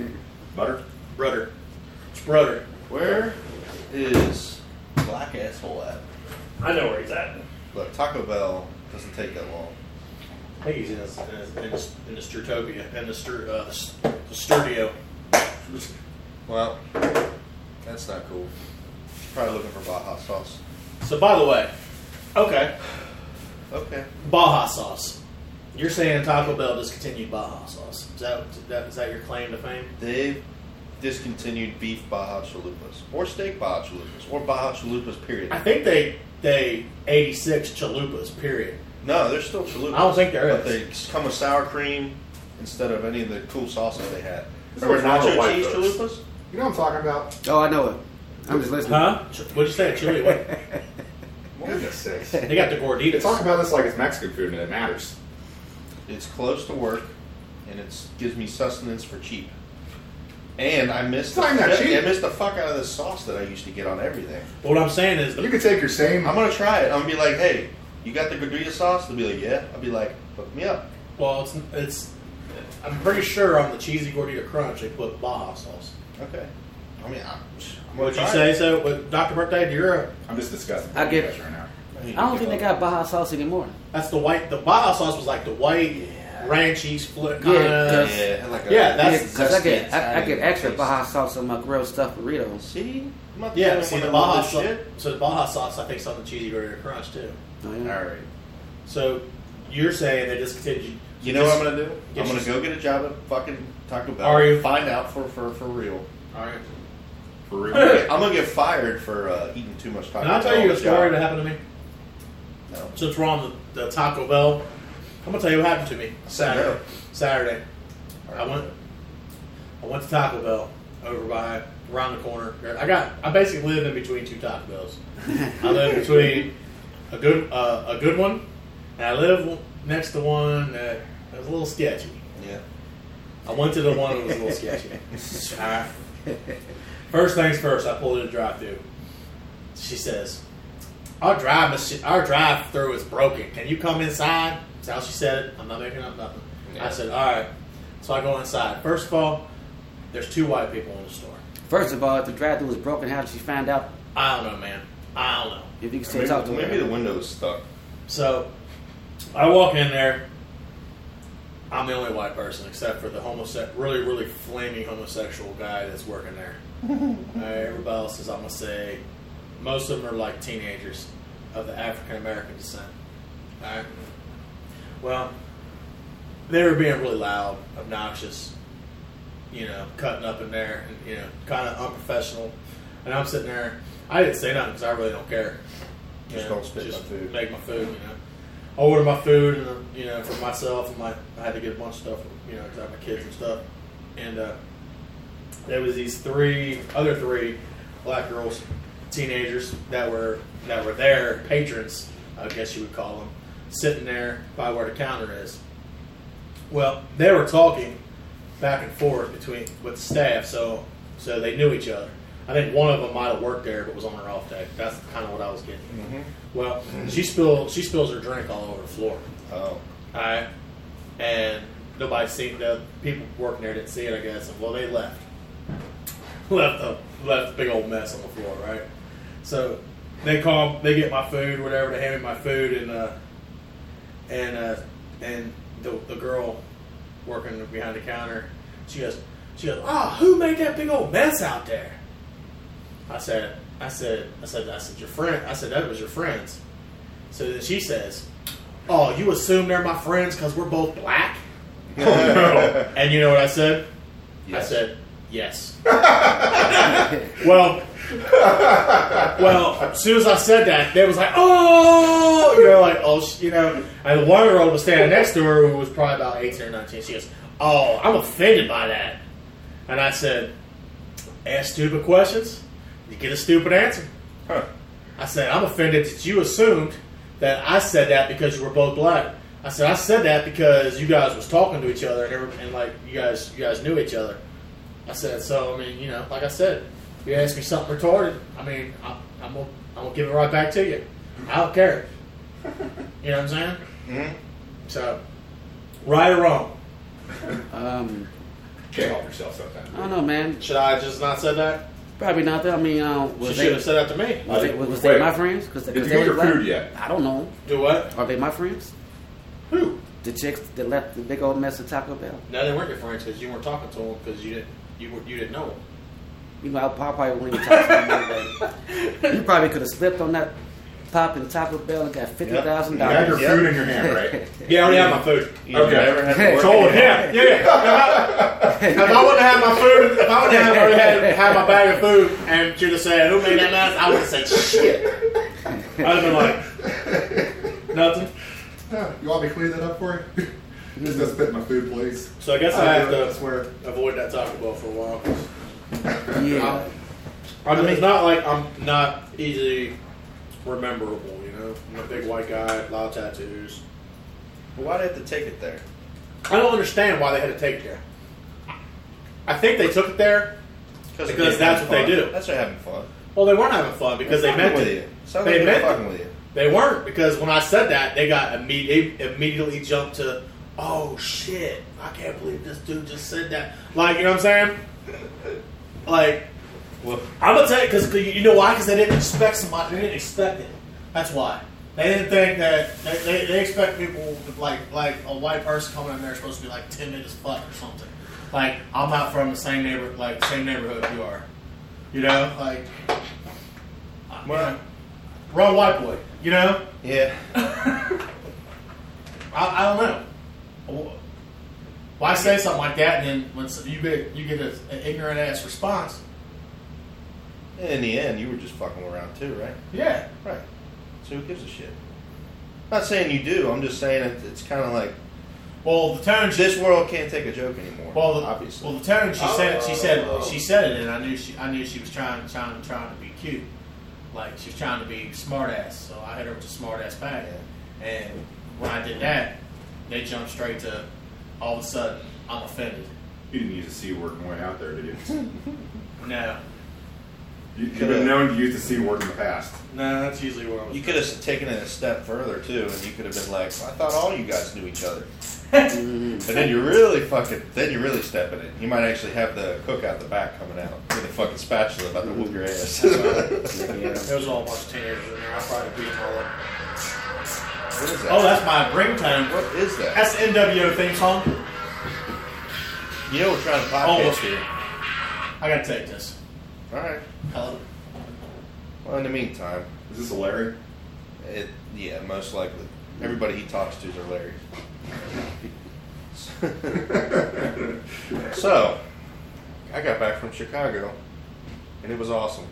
Speaker 4: Butter. Butter.
Speaker 2: Brother. It's brother.
Speaker 1: Where is black asshole at?
Speaker 5: I know where he's at.
Speaker 1: Look, Taco Bell doesn't take that long.
Speaker 2: I think he's in his, in his, in his, in his Sturtopia, in the, stur- uh, the, s- the studio.
Speaker 1: Well, that's not cool. She's probably looking for Baja sauce.
Speaker 2: So, by the way, okay,
Speaker 1: Okay.
Speaker 2: Baja sauce. You're saying Taco Bell discontinued Baja sauce. Is that, that, is that your claim to fame?
Speaker 1: They've discontinued beef Baja Chalupas or steak Baja Chalupas or Baja Chalupas, period.
Speaker 2: I think they they eighty six chalupas. Period.
Speaker 1: No, there's still chalupas.
Speaker 2: I don't think there
Speaker 1: But
Speaker 2: is.
Speaker 1: they just come with sour cream instead of any of the cool sauces they had.
Speaker 4: There's
Speaker 1: Remember
Speaker 4: nothing wrong
Speaker 1: nacho
Speaker 4: with
Speaker 1: cheese
Speaker 4: white
Speaker 1: chalupas?
Speaker 4: You know what I'm talking about?
Speaker 3: Oh, I know it. I'm just listening.
Speaker 2: Huh? Ch- What'd you say? Chili? What?
Speaker 4: Goodness sakes.
Speaker 2: They got the
Speaker 4: They
Speaker 2: gorditas.
Speaker 4: talk about this like it's Mexican food and it matters.
Speaker 1: It's close to work, and it gives me sustenance for cheap. And I missed
Speaker 4: It's not even that cheap.
Speaker 1: I missed the fuck out of the sauce that I used to get on everything.
Speaker 2: But what I'm saying is,
Speaker 4: You
Speaker 2: the,
Speaker 4: could take your same.
Speaker 1: I'm gonna try it. I'm gonna be like, hey, you got the gordita sauce? They'll be like, yeah. I'll be like, hook me up.
Speaker 2: well, it's, it's. I'm pretty sure on the cheesy gordita crunch they put Baja sauce.
Speaker 1: Okay. I mean, I'm, I'm
Speaker 2: Would you
Speaker 1: gonna try
Speaker 2: say
Speaker 1: it.
Speaker 2: so? But Dr. Birthday, you're a,
Speaker 4: I'm just disgusted.
Speaker 3: I get-
Speaker 4: right now.
Speaker 1: I need
Speaker 3: I don't
Speaker 1: to
Speaker 3: think they
Speaker 1: give
Speaker 3: got Baja sauce anymore.
Speaker 2: that's the white. The Baja sauce was like the white ranchy split kind
Speaker 3: Yeah,
Speaker 1: up.
Speaker 2: of.
Speaker 3: got-
Speaker 1: Yeah, like a-
Speaker 2: Yeah, that's-
Speaker 3: Yeah, 'cause I get I, I
Speaker 1: Italian
Speaker 3: get extra
Speaker 1: taste.
Speaker 3: Baja sauce on my grilled stuffed burritos.
Speaker 1: See, I'm not the
Speaker 2: Yeah,
Speaker 1: only
Speaker 2: see
Speaker 1: one
Speaker 2: the
Speaker 1: that loves
Speaker 2: Baja
Speaker 1: this
Speaker 2: sauce.
Speaker 1: shit.
Speaker 2: So the Baja sauce, I think, is on the cheesy gordita crunch too.
Speaker 3: Oh,
Speaker 1: All
Speaker 3: yeah.
Speaker 1: right.
Speaker 2: So you're saying they discontinued?
Speaker 1: You know what I'm gonna do?
Speaker 2: Get
Speaker 1: I'm gonna
Speaker 2: you-
Speaker 1: go get a job at fucking Taco Bell.
Speaker 2: Are you?
Speaker 1: Find out for for for real.
Speaker 2: All right.
Speaker 4: For real.
Speaker 1: I'm gonna get fired for uh, eating too much Taco
Speaker 2: Can I
Speaker 1: Bell
Speaker 2: tell you
Speaker 1: on
Speaker 2: a
Speaker 1: the
Speaker 2: story that
Speaker 1: job.
Speaker 2: happened to me?
Speaker 1: No.
Speaker 2: Since we're on the, the Taco Bell, I'm gonna tell you what happened to me Saturday.
Speaker 1: No.
Speaker 2: Saturday,
Speaker 1: All
Speaker 2: I
Speaker 1: right.
Speaker 2: went. I went to Taco Bell over by around the corner. I got. I basically live in between two Taco Bells. I live between a good uh, a good one, and I live next to one that was a little sketchy.
Speaker 1: Yeah.
Speaker 2: I went to the one that was a little sketchy. All right. First things first, I pulled in the drive-through. She says, "Our drive machi- our drive-through is broken. Can you come inside?" That's how she said it. I'm not making up nothing.
Speaker 1: Yeah.
Speaker 2: I said, "All right." So I go inside. First of all, there's two white people in the store.
Speaker 3: First of all, if the drive through was broken, how did you find out
Speaker 2: I don't know, man. I don't know.
Speaker 3: if you could still
Speaker 1: Maybe,
Speaker 3: talk to
Speaker 1: maybe the
Speaker 3: her?
Speaker 1: window is stuck.
Speaker 2: So I walk in there. I'm the only white person except for the homose- really, really flaming homosexual guy that's working there. All right, everybody else is, I'm going to say, most of them are like teenagers of the African American descent. All right. Well, they were being really loud, obnoxious, you know, cutting up in there, and, you know, kind of unprofessional. And I'm sitting there. I didn't say nothing because I really don't care. You
Speaker 1: Just
Speaker 2: know,
Speaker 1: don't spit my food.
Speaker 2: Make my food. You know, I order my food, and uh, you know, for myself, and my I had to get a bunch of stuff, you know, 'cause I have my kids and stuff. And uh, there was these three other three black girls, teenagers that were that were there, patrons, I guess you would call them, sitting there by where the counter is. Well, they were talking back and forth between with staff, so so they knew each other. I think one of them might have worked there, but was on her off day. That's kind of what I was getting. Well, she spilled she spills her drink all over the floor.
Speaker 1: Oh.
Speaker 2: All right, and nobody seen the people working there didn't see it. I guess. Well, they left, left a left a big old mess on the floor. Right. So they call, they get my food, whatever. They hand me my food, and uh, and uh, and the, the girl working behind the counter, she goes, she goes, oh, who made that big old mess out there? I said, I said, I said, I said, your friend. I said that was your friends. So then she says, oh, you assume they're my friends because we're both black.
Speaker 4: no.
Speaker 2: And you know what I said?
Speaker 1: Yes.
Speaker 2: I said, yes. well, well, as soon as I said that, they was like, oh, you know, like, oh, sh- you know. And the one girl was standing next to her who was probably about 18 or 19. She goes, oh, I'm offended by that. And I said, ask stupid questions, you get a stupid answer.
Speaker 1: Huh.
Speaker 2: I said, I'm offended that you assumed that I said that because you were both black. I said, I said that because you guys was talking to each other and, every, and like you guys, you guys knew each other. I said, so I mean, you know, like I said, you ask me something retarded. I mean, I, I'm gonna, I'm gonna give it right back to you. I don't care. You know what I'm saying?
Speaker 1: Mhm.
Speaker 2: So, right or wrong?
Speaker 3: Um,
Speaker 4: Can't help yourself sometimes.
Speaker 3: I don't know, man.
Speaker 2: Should I have just not said that?
Speaker 3: Probably not. That I mean, um,
Speaker 2: She should
Speaker 3: was they
Speaker 2: have said that to me.
Speaker 3: was they, was, was
Speaker 4: Wait.
Speaker 3: they my friends? Because
Speaker 4: Did you get your food yet?
Speaker 3: I don't know.
Speaker 2: Do what?
Speaker 3: Are they my friends?
Speaker 2: Who?
Speaker 3: The chicks that left the big old mess at Taco Bell.
Speaker 2: No, they weren't your friends because you weren't talking to them because you didn't, you were, you didn't know them.
Speaker 3: You know, I probably wouldn't even talk to them. anyway. You probably could have slipped on that popping Taco Bell and got fifty thousand
Speaker 4: You have your
Speaker 3: dollars.
Speaker 1: Yep.
Speaker 4: food in your hand, right?
Speaker 2: Yeah, I already have my food.
Speaker 1: You
Speaker 4: Okay.
Speaker 1: never have to work
Speaker 2: Told
Speaker 1: again.
Speaker 2: him. Yeah, yeah. If I, if I wouldn't have my food, if I wouldn't have already had, had my bag of food, and she'd have said, "Who made that mess?" I would have said, "Shit." I'd have been like, nothing.
Speaker 4: you want me to clean that up for you? Just don't spit in my food, please.
Speaker 2: So I guess I have
Speaker 4: I
Speaker 2: to
Speaker 4: swear.
Speaker 2: avoid that Taco Bell for a while. 'cause
Speaker 3: Yeah.
Speaker 2: I mean, it's not like I'm not easily rememberable, you know. I'm a big white guy, a lot of tattoos.
Speaker 1: Why did they have to take it there?
Speaker 2: I don't understand why they had to take it there. I think they took it there. Because that's what they do.
Speaker 1: That's what having fun.
Speaker 2: Well, they weren't having fun because they
Speaker 1: Fucking
Speaker 2: meant
Speaker 1: with
Speaker 2: to.
Speaker 1: you. Sounds like
Speaker 2: They
Speaker 1: they're
Speaker 2: meant to.
Speaker 1: fucking with you.
Speaker 2: They weren't because when I said that, they got imme- they immediately jumped to, oh shit, I can't believe this dude just said that. Like, you know what I'm saying? Like,
Speaker 1: Well,
Speaker 2: I'm gonna tell you because you know why? Because they didn't expect somebody. They didn't expect it. That's why. They didn't think that they, they, they expect people with like like a white person coming in there supposed to be like timid as fuck or something. Like I'm not from the same neighbor like same neighborhood you are. You know, like I- you know, wrong white boy. You know,
Speaker 1: yeah.
Speaker 2: I, I don't know. Why say something like that and then when s- you get you get a, an ignorant ass response?
Speaker 1: In the end, you were just fucking around too, right?
Speaker 2: Yeah.
Speaker 1: Right. So who gives a shit? I'm not saying you do. I'm just saying it, it's kind of like
Speaker 2: Well, the tone
Speaker 1: this world can't take a joke anymore.
Speaker 2: Well, the,
Speaker 1: obviously.
Speaker 2: Well, the tone she said, she said,
Speaker 4: Oh.
Speaker 2: she said it, and I knew she, I knew she was trying, trying, trying to be cute, like she was trying to be smart ass. So I hit her with a smart ass bag, and when I did that, they jumped straight to, all of a sudden, I'm offended.
Speaker 4: You didn't use a C word on the way out there, did you?
Speaker 2: No,
Speaker 4: you you've been known to use the C word in the past.
Speaker 2: no, that's usually what I was.
Speaker 1: you could have taken it a step further too, and you could have been like, "I thought all you guys knew each other," and then you really fucking, then you really step in it. You might actually have the cook out the back coming out with a fucking spatula about to whoop your ass. what is
Speaker 3: Yeah.
Speaker 2: It was all much teenagers in there. I probably beat them all up.
Speaker 1: that?
Speaker 2: Oh, that's my ringtone.
Speaker 1: what is that?
Speaker 2: That's the NWO theme song.
Speaker 1: you know we're trying to podcast
Speaker 2: Almost.
Speaker 1: here.
Speaker 2: I gotta take this.
Speaker 1: All right.
Speaker 2: Hello.
Speaker 1: Well, in the meantime,
Speaker 4: Is this a Larry?
Speaker 1: It, yeah, most likely. Everybody he talks to is a Larry. so, I got back from Chicago, and it was awesome.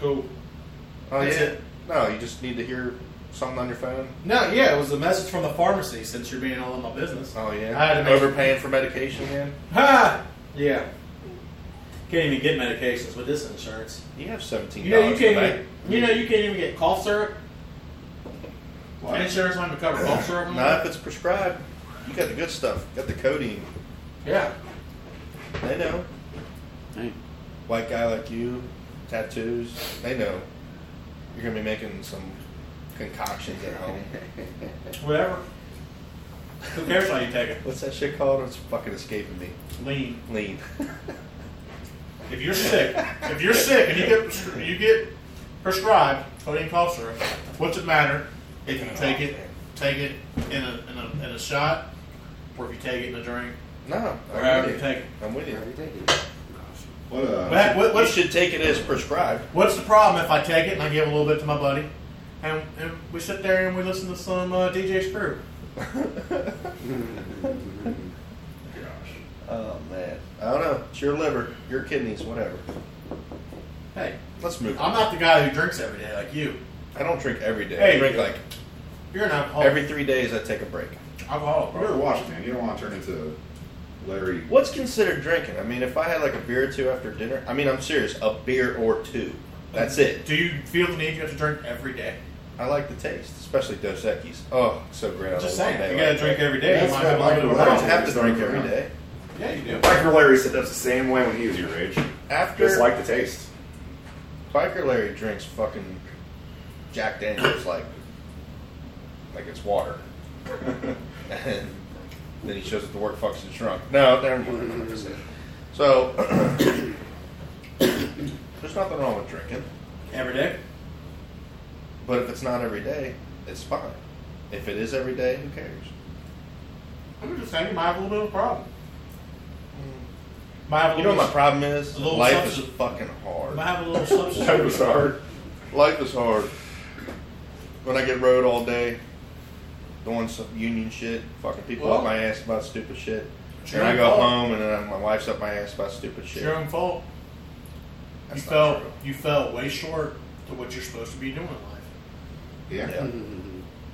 Speaker 2: Cool.
Speaker 1: Oh
Speaker 2: That's
Speaker 1: yeah.
Speaker 2: it?
Speaker 1: No, you just need to hear something on your phone.
Speaker 2: No, yeah, it was a message from the pharmacy since you're being all in my business.
Speaker 1: Oh yeah.
Speaker 2: I had to make-
Speaker 1: Overpaying for medication again.
Speaker 2: Ha! Yeah. Can't even get medications with this insurance.
Speaker 1: You have seventeen
Speaker 2: You know you
Speaker 1: dollars.
Speaker 2: can't. Even, you know you can't even get cough syrup.
Speaker 4: What?
Speaker 2: Insurance won't even cover cough syrup.
Speaker 1: Not if it's prescribed. You got the good stuff. Got the codeine.
Speaker 2: Yeah.
Speaker 1: They know.
Speaker 3: Hey.
Speaker 1: White guy like you, tattoos. They know. You're gonna be making some concoctions at home.
Speaker 2: Whatever. Who cares how you take it?
Speaker 1: What's that shit called? It's fucking escaping me.
Speaker 2: Lean.
Speaker 1: Lean.
Speaker 2: If you're sick, if you're sick and you get prescri- you get prescribed codeine cough syrup, what's it matter if you take it take it in a in a, in a shot or if you take it in a drink
Speaker 1: No,
Speaker 2: or
Speaker 1: I'm
Speaker 2: however
Speaker 1: with
Speaker 2: you
Speaker 1: you.
Speaker 2: take it?
Speaker 1: I'm with you.
Speaker 3: Every day.
Speaker 4: What a.
Speaker 2: But what,
Speaker 1: You
Speaker 2: what's
Speaker 1: should take it as prescribed.
Speaker 2: What's the problem if I take it and I give a little bit to my buddy, and, and we sit there and we listen to some uh, DJ Screw?
Speaker 4: Gosh.
Speaker 1: Oh man, I don't know. It's your liver, your kidneys, whatever.
Speaker 2: Hey,
Speaker 1: Let's move.
Speaker 2: I'm
Speaker 1: On.
Speaker 2: not the guy who drinks every day like you.
Speaker 1: I don't drink every day. I
Speaker 2: Hey. oh.
Speaker 1: drink like
Speaker 2: You're an alcoholic.
Speaker 1: every three days. I take a break.
Speaker 2: alcoholic.
Speaker 4: Well, you're washed, man. You don't want to turn into Larry.
Speaker 1: What's considered drinking? I mean, if I had like a beer or two after dinner, I mean, I'm serious, a beer or two. That's it.
Speaker 2: Do you feel the need you have to drink every day?
Speaker 1: I like the taste, especially Dos Equis. Oh, so great. on
Speaker 2: Just
Speaker 1: a long
Speaker 2: saying,
Speaker 1: day
Speaker 2: you
Speaker 1: like
Speaker 2: gotta
Speaker 1: that.
Speaker 2: drink every day.
Speaker 4: That's
Speaker 2: you might
Speaker 4: what
Speaker 2: have a
Speaker 4: I like
Speaker 2: little
Speaker 4: about
Speaker 1: I
Speaker 2: bit
Speaker 1: don't
Speaker 2: of
Speaker 1: have to drink every day.
Speaker 2: wrong. Yeah, you do.
Speaker 4: Biker Larry said that's the same way when he was your age.
Speaker 1: After
Speaker 4: Just like the taste.
Speaker 1: Biker Larry drinks fucking Jack Daniels like like it's water. and then he shows up to work fucks and drunk. No, never mind. I'm not gonna say it. So there's nothing wrong with drinking.
Speaker 2: Every day.
Speaker 1: But if it's not every day, it's fine. If it is every day, who cares?
Speaker 2: I'm just saying, you might have a little bit of a problem. Might have a
Speaker 1: You know
Speaker 2: little.
Speaker 1: what my problem is?
Speaker 2: A little
Speaker 1: Life is
Speaker 2: substance-
Speaker 1: fucking hard.
Speaker 2: might have a little substance.
Speaker 4: That was hard.
Speaker 1: Life is hard. when I get rode all day, doing some union shit, fucking people
Speaker 2: Well-
Speaker 1: up my ass about stupid shit.
Speaker 2: It's
Speaker 1: And
Speaker 2: your
Speaker 1: I
Speaker 2: own
Speaker 1: go
Speaker 2: fault.
Speaker 1: home and then my wife's up my ass about stupid
Speaker 2: It's
Speaker 1: shit.
Speaker 2: your own fault.
Speaker 1: That's
Speaker 2: you
Speaker 1: not
Speaker 2: fell.
Speaker 1: true.
Speaker 2: You fell way short to what you're supposed to be doing in life.
Speaker 4: Yeah.
Speaker 1: Yeah.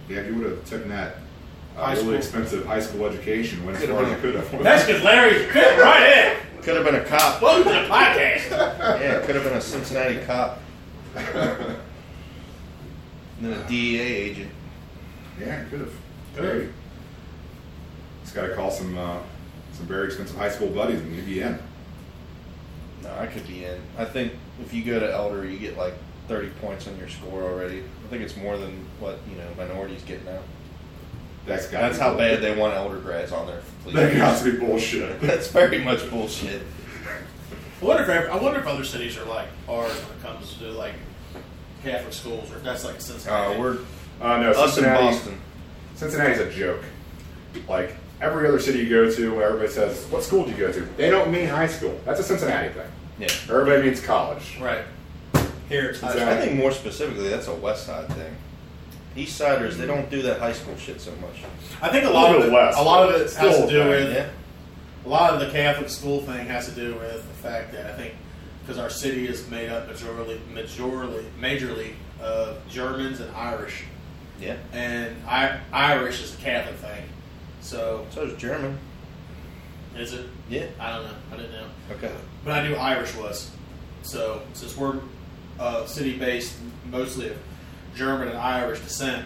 Speaker 4: Yeah, if you would have taken that uh,
Speaker 2: High
Speaker 4: really
Speaker 2: school.
Speaker 4: expensive high school education, went as
Speaker 1: Could've
Speaker 4: far as
Speaker 1: been.
Speaker 4: you could have.
Speaker 2: That's because Larry's good right in.
Speaker 1: Could have been a cop.
Speaker 2: Welcome to the podcast.
Speaker 1: Yeah, could have been a Cincinnati cop and then a DEA agent.
Speaker 4: yeah, could have.
Speaker 2: Could've.
Speaker 4: Hey. Just got to call some uh, some very expensive high school buddies and you'd be in.
Speaker 1: No, I could be in. I think if you go to Elder, you get like 30 points on your score already. I think it's more than what you know minorities get now.
Speaker 4: That's got.
Speaker 1: That's how bad they want Elder grads on their
Speaker 4: That
Speaker 1: fleet.
Speaker 4: got to be bullshit. Uh,
Speaker 1: That's very much bullshit.
Speaker 2: I wonder if ev- I wonder if other cities are like ours when it comes to like Catholic schools, or if that's like Cincinnati.
Speaker 1: Uh, we're
Speaker 4: Uh, no,
Speaker 1: us in
Speaker 4: Cincinnati.
Speaker 1: Boston.
Speaker 4: Cincinnati's a joke. Like every other city you go to, everybody says, "What school did you go to?" They don't mean high school. That's a Cincinnati thing.
Speaker 1: Yeah.
Speaker 4: Everybody means college.
Speaker 2: right here. It's
Speaker 4: Exactly.
Speaker 1: I think more specifically, that's a West Side thing. East Siders, they don't do that high school shit so much.
Speaker 2: I think a
Speaker 4: A
Speaker 2: lot
Speaker 4: little
Speaker 2: of it,
Speaker 4: less,
Speaker 2: a lot of
Speaker 4: but
Speaker 2: it has
Speaker 4: still
Speaker 2: to
Speaker 4: a
Speaker 2: do
Speaker 4: thing,
Speaker 2: with
Speaker 1: Yeah.
Speaker 2: a lot of the Catholic school thing has to do with the fact that I think because our city is made up majorly, majorly, majorly of Germans and Irish,
Speaker 1: Yeah.
Speaker 2: and I, Irish is a Catholic thing. So
Speaker 1: So is German.
Speaker 2: is it?
Speaker 1: Yeah.
Speaker 2: I don't know. I didn't know,
Speaker 1: Okay.
Speaker 2: but I knew Irish was. So since we're uh, city based, mostly of German and Irish descent.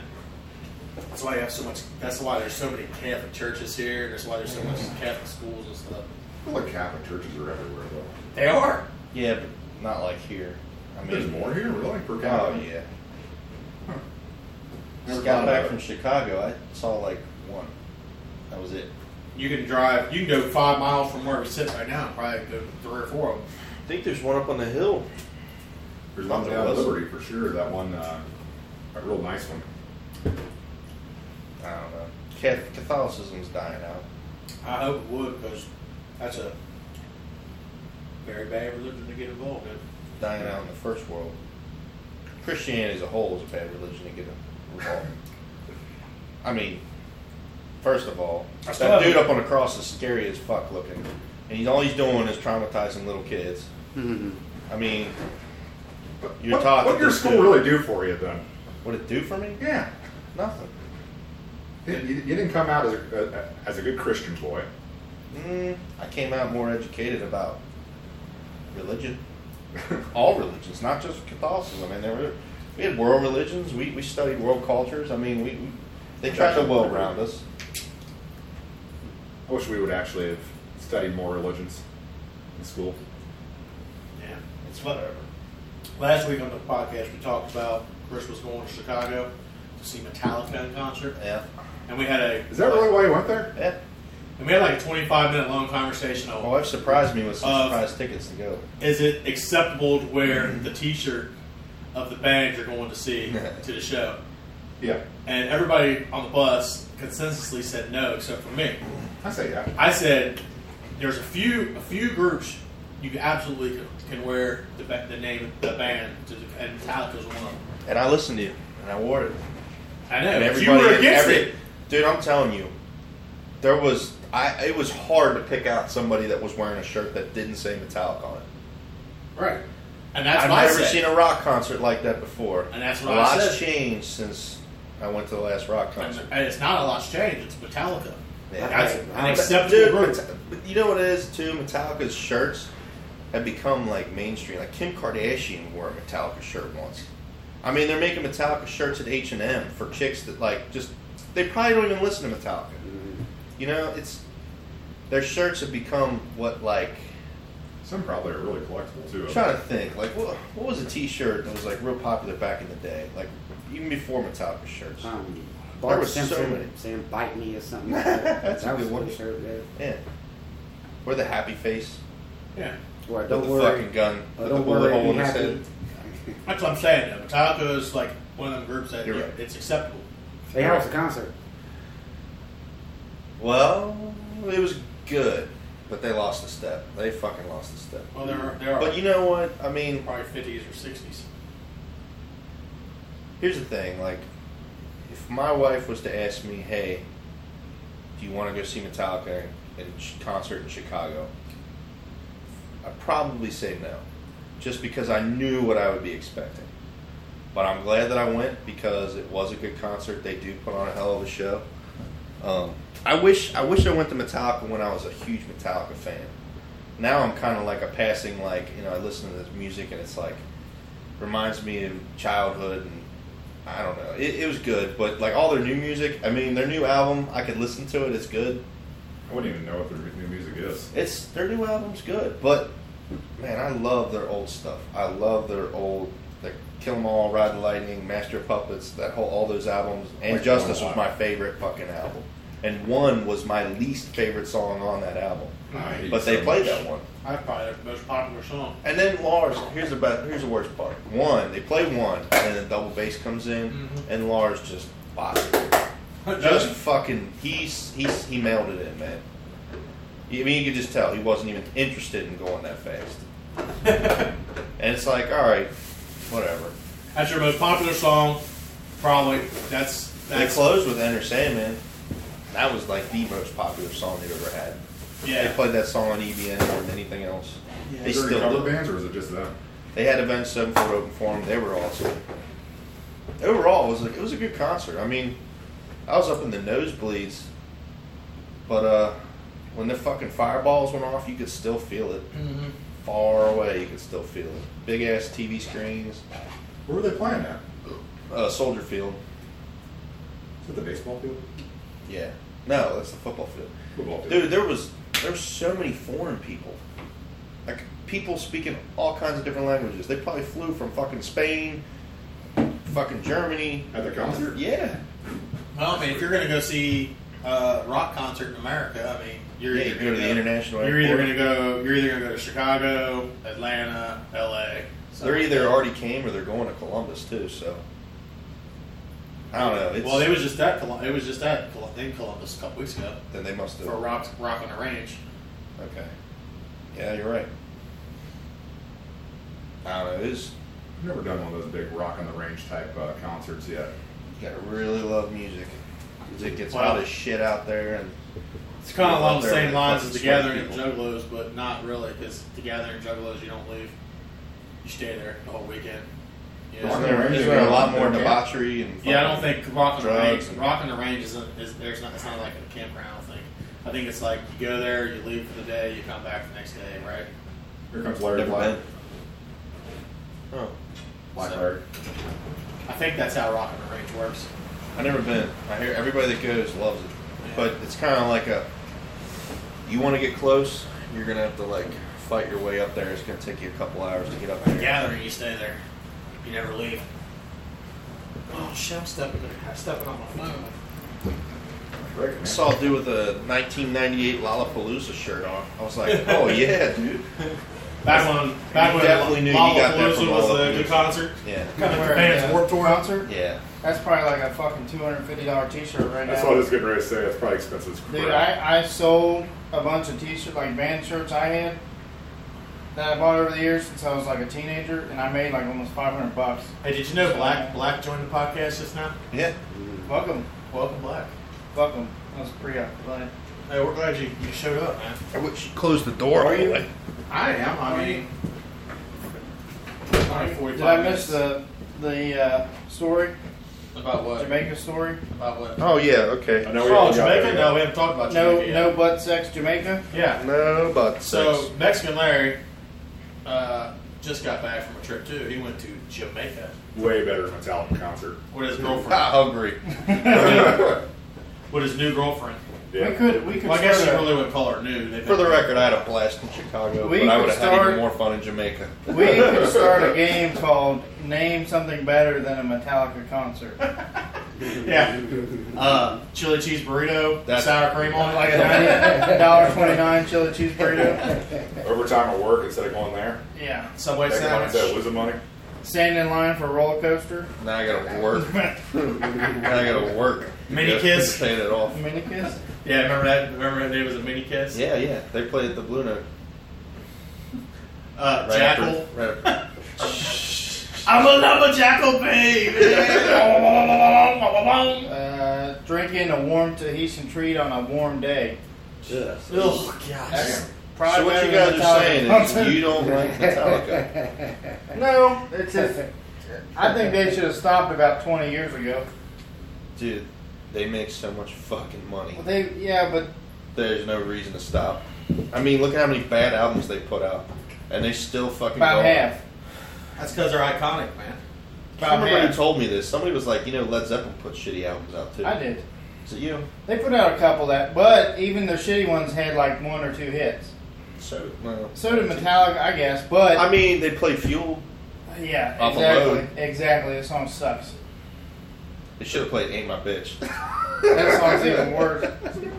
Speaker 2: That's why you have so much. That's why there's so many Catholic churches here. That's why there's so much Catholic schools and stuff.
Speaker 4: I feel like Catholic churches are everywhere though.
Speaker 2: They are.
Speaker 1: Yeah, but not like here. I mean,
Speaker 4: There's more here, really, per capita.
Speaker 1: Oh yeah.
Speaker 4: Never
Speaker 1: Just got
Speaker 4: thought
Speaker 1: back
Speaker 4: about
Speaker 1: from
Speaker 4: it.
Speaker 1: Chicago. I saw like one. That was it.
Speaker 2: You can drive. You can go five miles from where we sit right now. and Probably go three or four of them.
Speaker 1: I think there's one up on the hill.
Speaker 4: There's one
Speaker 1: Thought
Speaker 4: down
Speaker 1: there
Speaker 4: at
Speaker 1: was.
Speaker 4: Liberty for sure. That one, uh, a real nice one.
Speaker 1: I don't know. Cath- Catholicism's dying out.
Speaker 2: I hope it would because that's a very bad religion to get involved in.
Speaker 1: Dying out in the first world. Christianity as a whole is a bad religion to get involved. I mean, first of all,
Speaker 2: I still
Speaker 1: that
Speaker 2: haven't-
Speaker 1: dude up on the cross is scary as fuck looking, and he's all he's doing is traumatizing little kids.
Speaker 2: Mm-hmm.
Speaker 3: Mhm.
Speaker 1: I mean,
Speaker 4: But
Speaker 1: You're
Speaker 4: what,
Speaker 1: taught
Speaker 4: what
Speaker 1: that
Speaker 4: your
Speaker 1: this
Speaker 4: school
Speaker 1: dude-
Speaker 4: really do for you then?
Speaker 1: would it do for me?
Speaker 4: Yeah,
Speaker 1: Nothing.
Speaker 4: you, you you didn't come out as a, as a good Christian boy.
Speaker 1: Mm, I came out more educated about religion, all religions, not just Catholicism. I mean, there were we had world religions. We, we studied world cultures. I mean, we, we they tried to well round us.
Speaker 4: I wish we would actually have studied more religions in school.
Speaker 2: Yeah, it's whatever. Last week on the podcast, we talked about Chris was going to Chicago to see Metallica in concert,
Speaker 1: Yeah,
Speaker 2: and we had a
Speaker 4: Is that really why you went there?
Speaker 1: yeah.
Speaker 2: and we had like a 25 minute long conversation
Speaker 1: My
Speaker 2: on
Speaker 1: wife surprised me with some
Speaker 2: Uh,
Speaker 1: surprise tickets to go.
Speaker 2: is it acceptable to wear the T-shirt of the band you're going to see to the show.
Speaker 4: Yeah,
Speaker 2: And everybody on the bus consensually said no, except for me.
Speaker 4: I say yeah.
Speaker 2: I said, "There's a few a few groups you absolutely can, can wear the, ba- the name of the band, to the, and Metallica's one of them."
Speaker 1: And I listened to you, and I wore it.
Speaker 2: I know.
Speaker 1: And
Speaker 2: but you were against
Speaker 1: every-
Speaker 2: it.
Speaker 1: dude. I'm telling you, there was I. It was hard to pick out somebody that was wearing a shirt that didn't say Metallica on it.
Speaker 2: right? And that's
Speaker 1: I've
Speaker 2: what I
Speaker 1: never
Speaker 2: said.
Speaker 1: seen a rock concert like that before.
Speaker 2: And that's what I
Speaker 1: Lots
Speaker 2: said.
Speaker 1: changed since I went to the last rock
Speaker 2: and,
Speaker 1: concert.
Speaker 2: and it's not a lot's change. It's Metallica.
Speaker 1: Yeah.
Speaker 2: That's
Speaker 3: I-
Speaker 2: an
Speaker 3: I-
Speaker 2: acceptable group.
Speaker 1: Meta- but you know what it is too? Metallica's shirts have become like mainstream. Like Kim Kardashian wore a Metallica shirt once. I mean, they're making Metallica shirts at H and M for chicks that like just they probably don't even listen to Metallica. You know, it's their shirts have become what like
Speaker 4: Some probably are really collectible too.
Speaker 1: I'm trying to think like what, what was a T-shirt that was like real popular back in the day, like even before Metallica shirts.
Speaker 3: Um, Bart
Speaker 1: was so
Speaker 3: Simpson
Speaker 1: many.
Speaker 3: saying "bite me" or something. Like that.
Speaker 1: That's a
Speaker 3: that was
Speaker 1: good one.
Speaker 3: pretty sure, yeah.
Speaker 1: Yeah. Or the happy face.
Speaker 2: Yeah,
Speaker 3: Or
Speaker 1: With
Speaker 3: don't
Speaker 1: the
Speaker 3: worry.
Speaker 1: fucking gun.
Speaker 3: Or
Speaker 1: with
Speaker 3: don't
Speaker 1: the bullet
Speaker 3: worry,
Speaker 1: hole
Speaker 3: be
Speaker 1: in his
Speaker 3: happy.
Speaker 1: head.
Speaker 2: that's what I'm saying. Though. Metallica is like one of them groups that
Speaker 1: You're
Speaker 2: yeah,
Speaker 1: right.
Speaker 2: it's acceptable.
Speaker 3: They had a concert.
Speaker 1: Well, it was good, but they lost a step. They fucking lost a step.
Speaker 2: Well, there are there are
Speaker 1: But you know what? I mean,
Speaker 2: probably 50s or 60s.
Speaker 1: here's the thing. Like, if my wife was to ask me, hey, do you want to go see Metallica in ch- concert in Chicago? I'd probably say no, just because I knew what I would be expecting. But I'm glad that I went because it was a good concert. They do put on a hell of a show. Um, I wish I wish I went to Metallica when I was a huge Metallica fan. Now I'm kind of like a passing like you know I listen to this music and it's like reminds me of childhood and I don't know. It, it was good, but like all their new music, I mean their new album, I could listen to it. It's good.
Speaker 4: I wouldn't even know what their new music is.
Speaker 1: It's their new album's good, but man, I love their old stuff. I love their old like Kill 'Em All, Ride the Lightning, Master of Puppets, that whole all those albums. And
Speaker 4: Like
Speaker 1: Justice
Speaker 4: Kill 'Em
Speaker 1: was
Speaker 4: All.
Speaker 1: my favorite fucking album, and One was my least favorite song on that album.
Speaker 4: I hate
Speaker 1: But they
Speaker 4: so
Speaker 1: played
Speaker 4: much.
Speaker 1: that one.
Speaker 2: That's probably the most popular song.
Speaker 1: And then Lars, here's the best, here's the worst part. One, they play one, and then the double bass comes in,
Speaker 4: Mm-hmm.
Speaker 2: Mhm.
Speaker 1: and Lars just bots it. Just fucking, he's he's he mailed it in, man. I mean, you could just tell he wasn't even interested in going that fast. and it's like, all right, whatever.
Speaker 2: That's your most popular song, probably. That's
Speaker 1: They
Speaker 2: that's
Speaker 1: closed with Enter Sandman. That was like the most popular song they ever had. They
Speaker 2: yeah.
Speaker 1: played that song on EBN more than anything else.
Speaker 2: Yeah.
Speaker 1: They
Speaker 4: Is there any
Speaker 1: still do.
Speaker 4: cover bands or is it just them?
Speaker 1: They had Event Sevenfold open for them. They were awesome. Overall, it was a, it was a good concert. I mean, I was up in the nosebleeds, but uh, when the fucking fireballs went off, you could still feel it
Speaker 2: Mhm.
Speaker 1: far away. You could still feel it. Big ass TV screens,
Speaker 4: Where were they playing at?
Speaker 1: uh, Soldier Field.
Speaker 4: Is it the baseball field?
Speaker 1: Yeah, no, that's the football field.
Speaker 4: Football field.
Speaker 1: Dude, there was there were so many foreign people. Like people speaking all kinds of different languages. They probably flew from fucking Spain, fucking Germany.
Speaker 4: At the concert?
Speaker 1: Yeah.
Speaker 2: Well, I mean, if you're going to go see a rock concert in America, I mean, you're
Speaker 1: Yeah, you
Speaker 2: either
Speaker 1: go to the
Speaker 2: gonna
Speaker 1: international
Speaker 2: You're either going to
Speaker 1: airport.
Speaker 2: go. You're either going to go to Chicago, Atlanta, L.A. So-
Speaker 1: They're either already came or they're going to Columbus too. So I don't know. It's,
Speaker 2: well, it was just that. Colum- It was just that Colum- in Columbus a couple weeks ago
Speaker 1: then they must have.
Speaker 2: for rock, rock on the range.
Speaker 1: Okay. Yeah, you're right. I don't know. It's
Speaker 4: I've never done one of those big rock on the range type uh, concerts yet.
Speaker 1: you gotta really love music. 'Cause It gets
Speaker 2: Wow.
Speaker 1: hot as shit out there, and
Speaker 2: It's kind of along the
Speaker 1: They're
Speaker 2: same lines as the
Speaker 1: fucking
Speaker 2: Gathering and
Speaker 1: smart
Speaker 2: Juggalos, but not really, because the Gathering and Juggalos, you don't leave. You stay there the whole weekend. You know?
Speaker 1: isn't
Speaker 4: Rock on
Speaker 1: there,
Speaker 4: the range,
Speaker 1: isn't there a
Speaker 4: yeah.
Speaker 1: lot more
Speaker 4: Yeah.
Speaker 1: debauchery and
Speaker 2: Yeah, I don't
Speaker 1: fucking-
Speaker 2: think rock on the
Speaker 1: Drugs
Speaker 2: range.
Speaker 1: and-
Speaker 2: Rock on the range isn't. Is, there's not. It's not like a campground. I don't think. I think it's like you go there, you leave for the day, you come back the next day, right?
Speaker 4: Here comes Larry
Speaker 1: Never
Speaker 4: Black.
Speaker 1: been. Oh,
Speaker 4: Black Larry.
Speaker 2: I think that's how rock on the range works.
Speaker 1: I never been. I hear everybody that goes loves it,
Speaker 2: Yeah.
Speaker 1: but it's kind of like a. You want to get close, you're gonna have to like fight your way up there. It's gonna take you a couple hours to get up there.
Speaker 2: Gathering, you stay there. You never leave. Oh shit! I'm stepping. I'm stepping on my phone.
Speaker 4: Rick, man.
Speaker 1: I saw a dude with a 1998 Lollapalooza shirt on. I was like, oh yeah, dude.
Speaker 2: Back when, back when
Speaker 1: definitely knew you got that from
Speaker 2: Lollapalooza was a
Speaker 1: Lollapalooza.
Speaker 2: good concert.
Speaker 1: Yeah,
Speaker 5: Kind of
Speaker 2: The
Speaker 5: wear
Speaker 2: band's
Speaker 5: a-
Speaker 2: Warped Tour concert.
Speaker 1: yeah.
Speaker 5: That's probably like a fucking two hundred fifty dollar T-shirt right
Speaker 4: That's
Speaker 5: now.
Speaker 4: what I was getting ready to say. That's probably expensive. as
Speaker 5: Dude,
Speaker 4: crap.
Speaker 5: I, I sold a bunch of T-shirts, like band shirts I had that I bought over the years since I was like a teenager, and I made like almost five hundred bucks.
Speaker 2: Hey, did you know Black Black joined the podcast just now?
Speaker 1: Yeah,
Speaker 5: Welcome,
Speaker 2: Welcome, Black.
Speaker 5: welcome. That was pretty outlandish.
Speaker 2: Hey, we're glad you, you showed up, man.
Speaker 1: I wish you closed the door.
Speaker 5: Are
Speaker 1: all the
Speaker 5: you?
Speaker 1: way.
Speaker 2: I am. I mean, only 45
Speaker 5: Did I
Speaker 2: minutes.
Speaker 5: miss the the uh, story?
Speaker 2: about what?
Speaker 5: Jamaica story?
Speaker 2: About what?
Speaker 1: Oh yeah, okay.
Speaker 4: I know we
Speaker 2: Oh,
Speaker 4: haven't got
Speaker 2: Jamaica?
Speaker 4: there
Speaker 2: No, we
Speaker 4: yet.
Speaker 2: haven't talked about
Speaker 5: No,
Speaker 2: Jamaica.
Speaker 5: no butt sex, Jamaica.
Speaker 2: yet. Yeah.
Speaker 1: No, but
Speaker 2: So
Speaker 1: six.
Speaker 2: Mexican Larry uh, just got back from a trip too. He went to Jamaica
Speaker 4: Way better than Metallica concert.
Speaker 2: with his girlfriend.
Speaker 1: not hungry.
Speaker 2: with his new girlfriend.
Speaker 5: We
Speaker 4: Yeah.
Speaker 5: could, we could.
Speaker 2: Well, I guess you
Speaker 5: start a-
Speaker 2: really wouldn't call her new. They've
Speaker 1: For the
Speaker 2: been-
Speaker 1: record, I had a blast in Chicago,
Speaker 5: We
Speaker 1: but I
Speaker 5: could
Speaker 1: would have had
Speaker 5: start-
Speaker 1: even more fun in Jamaica.
Speaker 5: We could start a game called Name Something Better Than a Metallica Concert.
Speaker 2: Yeah. Uh, chili cheese burrito,
Speaker 1: That's-
Speaker 2: sour cream on it, like
Speaker 5: Like
Speaker 2: a
Speaker 5: a $1.29 chili cheese burrito.
Speaker 4: Overtime at work instead of going there.
Speaker 5: Yeah.
Speaker 2: Subway
Speaker 4: That money, that
Speaker 2: sandwich.
Speaker 4: losing money.
Speaker 5: Stand in line for a roller coaster.
Speaker 1: Now I gotta work. now I gotta work.
Speaker 2: Mini
Speaker 1: Yeah,
Speaker 2: kiss.
Speaker 1: Paying it off.
Speaker 5: Minicus.
Speaker 2: Yeah, remember that? Remember that it was a mini kiss?
Speaker 1: Yeah, yeah. They played the Blue Note.
Speaker 2: Uh,
Speaker 1: Right
Speaker 2: Jackal.
Speaker 1: after- right after-
Speaker 5: I'm a lumberjack jackal babe. uh, drinking a warm Tahitian treat on a warm day.
Speaker 6: Oh gosh.
Speaker 5: That's probably
Speaker 1: So what you guys are saying is you don't like Metallica.
Speaker 5: No, it's just. I think they should have stopped about 20 years ago.
Speaker 1: Dude, they make so much fucking money.
Speaker 5: Well, they yeah, but
Speaker 1: There's no reason to stop. I mean, look at how many bad albums they put out. And they still fucking
Speaker 5: about
Speaker 1: go.
Speaker 5: half.
Speaker 2: That's because they're iconic, man.
Speaker 1: I
Speaker 5: About
Speaker 1: remember who
Speaker 5: half.
Speaker 1: told me this. Somebody was like, you know, Led Zeppelin put shitty albums out too.
Speaker 5: I did.
Speaker 1: Is it you?
Speaker 5: They put out a couple that, but even the shitty ones had like one or two hits.
Speaker 1: So, well.
Speaker 5: So did Metallica, I guess. But
Speaker 1: I mean, they play Fuel.
Speaker 5: yeah,
Speaker 1: Off a load.
Speaker 5: exactly, exactly. The song sucks.
Speaker 1: They should have played Ain't My Bitch.
Speaker 5: That song's even worse.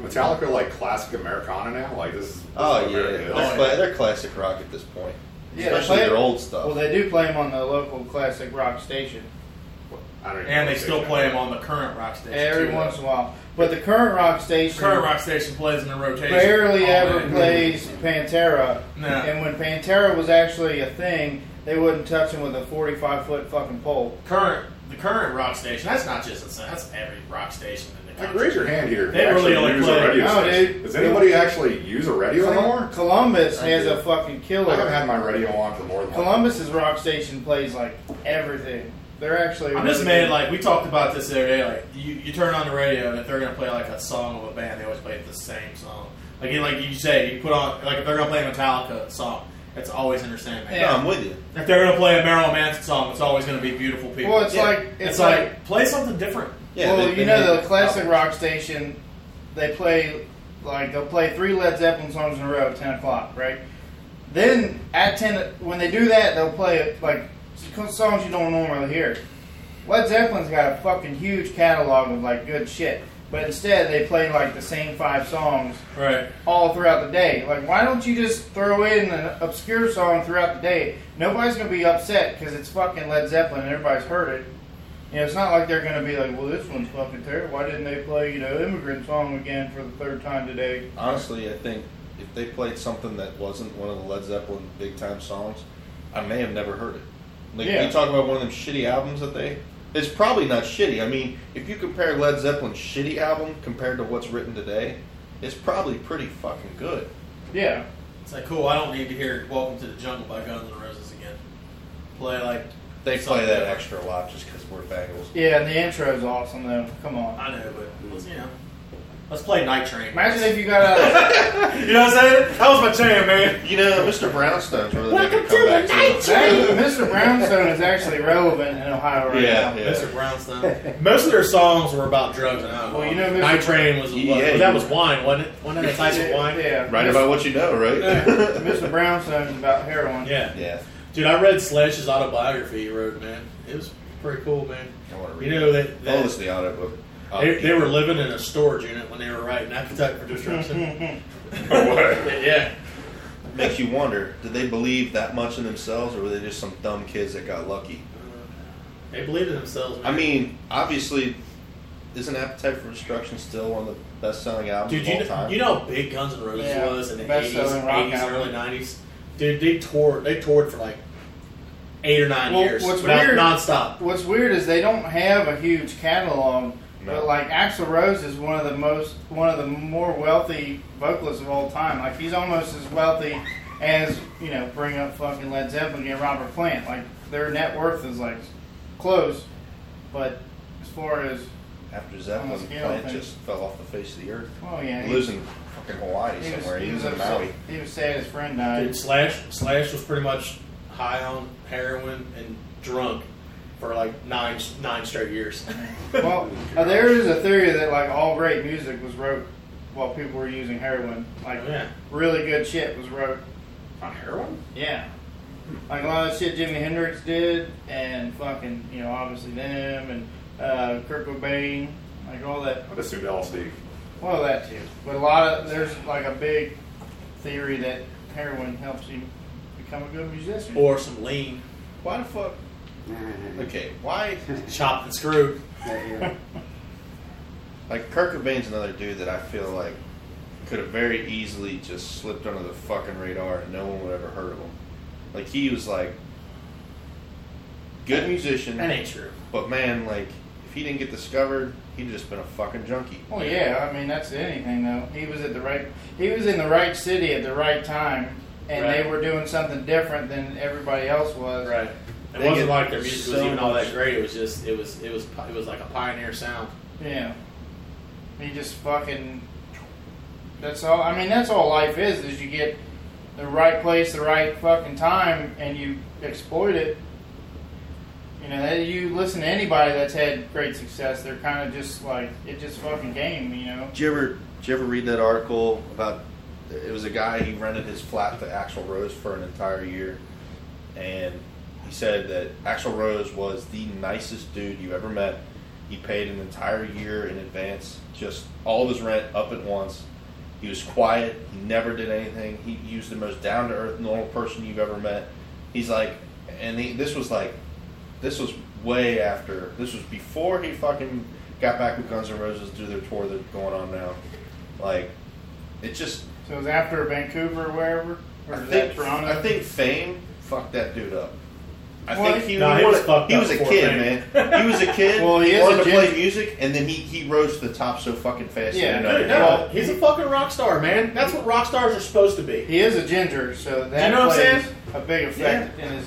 Speaker 4: Metallica like classic Americana now. Like this is.
Speaker 1: Oh,
Speaker 4: this is
Speaker 1: yeah. They're,
Speaker 4: America.
Speaker 1: cla- they're classic rock at this point.
Speaker 5: Yeah, they
Speaker 1: Especially
Speaker 5: play-
Speaker 1: their old stuff.
Speaker 5: Well, they do play them on the local classic rock station
Speaker 4: I don't even
Speaker 2: Oh, And
Speaker 4: know
Speaker 2: they
Speaker 4: what
Speaker 2: still
Speaker 4: do.
Speaker 2: play them on the current rock station.
Speaker 5: every
Speaker 2: too,
Speaker 5: once
Speaker 2: though.
Speaker 5: in a while. But the current rock station
Speaker 2: Current rock station plays in a rotation. Oh,
Speaker 5: barely
Speaker 2: all
Speaker 5: ever
Speaker 2: day.
Speaker 5: plays Pantera.
Speaker 2: No.
Speaker 5: And when Pantera was actually a thing, they wouldn't touch him with a 45 foot fucking pole.
Speaker 2: Current, the current rock station. That's not just us, that's every rock station in the
Speaker 4: Like,
Speaker 2: country.
Speaker 4: raise your hand here.
Speaker 2: They
Speaker 4: actually
Speaker 2: really only
Speaker 4: use
Speaker 2: play-
Speaker 4: a radio
Speaker 5: No,
Speaker 4: station.
Speaker 5: dude.
Speaker 4: Does anybody actually use a radio anymore?
Speaker 5: Columbus
Speaker 1: I
Speaker 5: has
Speaker 1: do.
Speaker 5: a fucking
Speaker 4: I haven't
Speaker 5: killer.
Speaker 4: had my radio on for more than
Speaker 5: Columbus's rock station plays like everything. They're actually.
Speaker 2: I'm just
Speaker 5: really
Speaker 2: mad,
Speaker 5: good.
Speaker 2: like, we talked about this the other day. Like, you, you turn on the radio, and if they're going to play, like, a song of a band, they always play the same song. Like, you, like you say, you put on, like, if they're going to play a Metallica song, it's always Inner Sandman.
Speaker 1: No,
Speaker 5: Yeah.
Speaker 1: I'm with you.
Speaker 2: If they're going to play a Marilyn Manson song, it's always going to be Beautiful People.
Speaker 5: Well, it's
Speaker 1: Yeah.
Speaker 5: like
Speaker 2: It's, like, play something different.
Speaker 1: Yeah,
Speaker 5: well,
Speaker 1: they-
Speaker 5: you
Speaker 1: they
Speaker 5: know
Speaker 1: make-
Speaker 5: the classic rock station, they play like they'll play three Led Zeppelin songs in a row at ten o'clock, right? Then at ten, when they do that, they'll play like songs you don't normally hear. Led Zeppelin's got a fucking huge catalog of like good shit, but instead they play like the same five songs
Speaker 2: Right.
Speaker 5: all throughout the day. Like, why don't you just throw in an obscure song throughout the day? Nobody's gonna be upset because it's fucking Led Zeppelin and everybody's heard it. You know, it's not like they're gonna be like, well, this one's fucking terrible. Why didn't they play, you know, Immigrant Song again for the third time today?
Speaker 1: Honestly, I think if they played something that wasn't one of the Led Zeppelin big time songs, I may have never heard it. Like
Speaker 5: Yeah.
Speaker 1: you talk about one of them shitty albums that they it's probably not shitty. I mean, if you compare Led Zeppelin's shitty album compared to what's written today, it's probably pretty fucking good.
Speaker 5: Yeah.
Speaker 2: It's like, cool, I don't need to hear Welcome to the Jungle by Guns N' Roses again. Play, like,
Speaker 1: They play
Speaker 2: something
Speaker 1: that
Speaker 2: different.
Speaker 1: extra a lot just because we're Bengals.
Speaker 5: Yeah, and the intro's awesome though. Come on.
Speaker 2: I know, but, let's, you know, let's play Night Train.
Speaker 5: Imagine if you got out.
Speaker 2: You know what I'm saying? That was my jam, man.
Speaker 1: You know, Mr. Brownstone's really making a comeback too.
Speaker 5: Actually, Mr. Brownstone is actually relevant in Ohio right
Speaker 1: Yeah,
Speaker 5: now.
Speaker 1: yeah.
Speaker 2: Mr. Brownstone. Most of their songs were about drugs and alcohol.
Speaker 5: Well, you know, Mr.
Speaker 2: Night Train was,
Speaker 1: Yeah,
Speaker 2: was-
Speaker 1: yeah,
Speaker 2: that
Speaker 1: you-
Speaker 2: was wine, wasn't it? Wasn't that a type of wine?
Speaker 5: Yeah.
Speaker 1: Right about what you know, right?
Speaker 5: Mr. Brownstone's about heroin.
Speaker 2: Yeah.
Speaker 1: yeah.
Speaker 2: Dude, I read Slash's autobiography he wrote, man. It was pretty cool, man.
Speaker 1: I want to read
Speaker 2: You know, they,
Speaker 1: it. I'll
Speaker 2: they,
Speaker 1: listen to the audiobook. Uh,
Speaker 2: they, they were living in a storage unit when they were writing Appetite for Destruction.
Speaker 5: Mm-hmm.
Speaker 4: No way.
Speaker 2: yeah.
Speaker 1: Makes you wonder, did they believe that much in themselves or were they just some dumb kids that got lucky?
Speaker 2: They believed in themselves, man.
Speaker 1: I mean, obviously, isn't Appetite for Destruction still one of the best selling albums
Speaker 2: Dude,
Speaker 1: of all
Speaker 2: you know,
Speaker 1: time?
Speaker 2: you know how big Guns N' Roses
Speaker 5: Yeah,
Speaker 2: was in the
Speaker 5: best
Speaker 2: eighties,
Speaker 5: selling rock
Speaker 2: eighties,
Speaker 5: album.
Speaker 2: early nineties. Dude, they toured. They toured for like eight or nine
Speaker 5: Well,
Speaker 2: years,
Speaker 5: what's
Speaker 2: without
Speaker 5: weird-
Speaker 2: nonstop.
Speaker 5: What's weird is they don't have a huge catalog,
Speaker 1: No.
Speaker 5: but like Axl Rose is one of the most, one of the more wealthy vocalists of all time. Like he's almost as wealthy as you know, bring up fucking Led Zeppelin and Robert Plant. Like their net worth is like close, but as far as
Speaker 1: After Zeppelin,
Speaker 5: Almost
Speaker 1: the
Speaker 5: scale
Speaker 1: plant
Speaker 5: thing.
Speaker 1: just fell off the face of the earth.
Speaker 5: oh yeah, he,
Speaker 1: Losing fucking Hawaii
Speaker 5: he was,
Speaker 1: somewhere. He was in
Speaker 5: upset-
Speaker 1: Maui.
Speaker 5: He was sad his friend
Speaker 2: Dude,
Speaker 5: died.
Speaker 2: Slash Slash was pretty much high on heroin and drunk for like nine nine straight years.
Speaker 5: well, uh, there is a theory that like all great music was wrote while people were using heroin. Like
Speaker 2: yeah,
Speaker 5: really good shit was wrote
Speaker 4: On heroin?
Speaker 5: Yeah. Like a lot of shit Jimi Hendrix did, and fucking, you know, obviously them, and uh, Kurt Cobain, like all that.
Speaker 4: I'd assume LSD.
Speaker 5: Well, that too. But a lot of, there's like a big theory that heroin helps you become a good musician.
Speaker 2: or some lean,
Speaker 1: Why the fuck? Okay, why?
Speaker 2: chopped and screwed.
Speaker 3: uh,
Speaker 1: Like, Kurt Cobain's another dude that I feel like could have very easily just slipped under the fucking radar and no one would ever heard of him. Like, he was like good musician,
Speaker 2: That ain't true.
Speaker 1: but man, like if he didn't get discovered, he'd just been a fucking junkie.
Speaker 5: Well, yeah, I mean that's anything though. He was at the right, he was in the right city at the right time, and
Speaker 2: Right.
Speaker 5: they were doing something different than everybody else was.
Speaker 2: Right. It
Speaker 1: They get
Speaker 2: wasn't like their music was
Speaker 1: so
Speaker 2: even all that
Speaker 1: much-
Speaker 2: great. It was just it was it was pi- it was like a pioneer sound.
Speaker 5: Yeah. He just fucking. That's all. I mean, that's all life is. Is you get the right place, the right fucking time, and you exploit it. You know, that you listen to anybody that's had great success. They're kind of just like it just fucking game. You know.
Speaker 1: Did you ever did you ever read that article about it was a guy he rented his flat to Axl Rose for an entire year and he said that Axl Rose was the nicest dude you ever met. He paid an entire year in advance, just all of his rent up at once. He was quiet. He never did anything. He, he was the most down to earth, normal person you've ever met. He's like, and he, this was like, this was way after. This was before he fucking got back with Guns N' Roses to do their tour that's going on now. Like, it just.
Speaker 5: So it was after Vancouver, or wherever, or
Speaker 1: I
Speaker 5: is that
Speaker 1: think,
Speaker 5: Toronto?
Speaker 1: I think fame fucked that dude up. I
Speaker 5: Well,
Speaker 1: think he,
Speaker 2: No, he
Speaker 1: was,
Speaker 2: was fucked
Speaker 1: he
Speaker 2: up
Speaker 1: was a
Speaker 2: before
Speaker 1: kid,
Speaker 2: fame.
Speaker 1: man. He was a kid.
Speaker 5: Well, he is
Speaker 1: wanted
Speaker 5: a
Speaker 1: to play
Speaker 5: gen-
Speaker 1: music, and then he, he rose to the top so fucking fast. uh,
Speaker 5: Yeah,
Speaker 1: you know,
Speaker 5: no,
Speaker 1: you
Speaker 5: no.
Speaker 1: know,
Speaker 2: Well, he's a fucking rock star, man. That's what rock stars are supposed to be.
Speaker 5: He is a ginger, so that
Speaker 2: You know what I'm
Speaker 5: plays
Speaker 2: saying?
Speaker 5: a big effect in his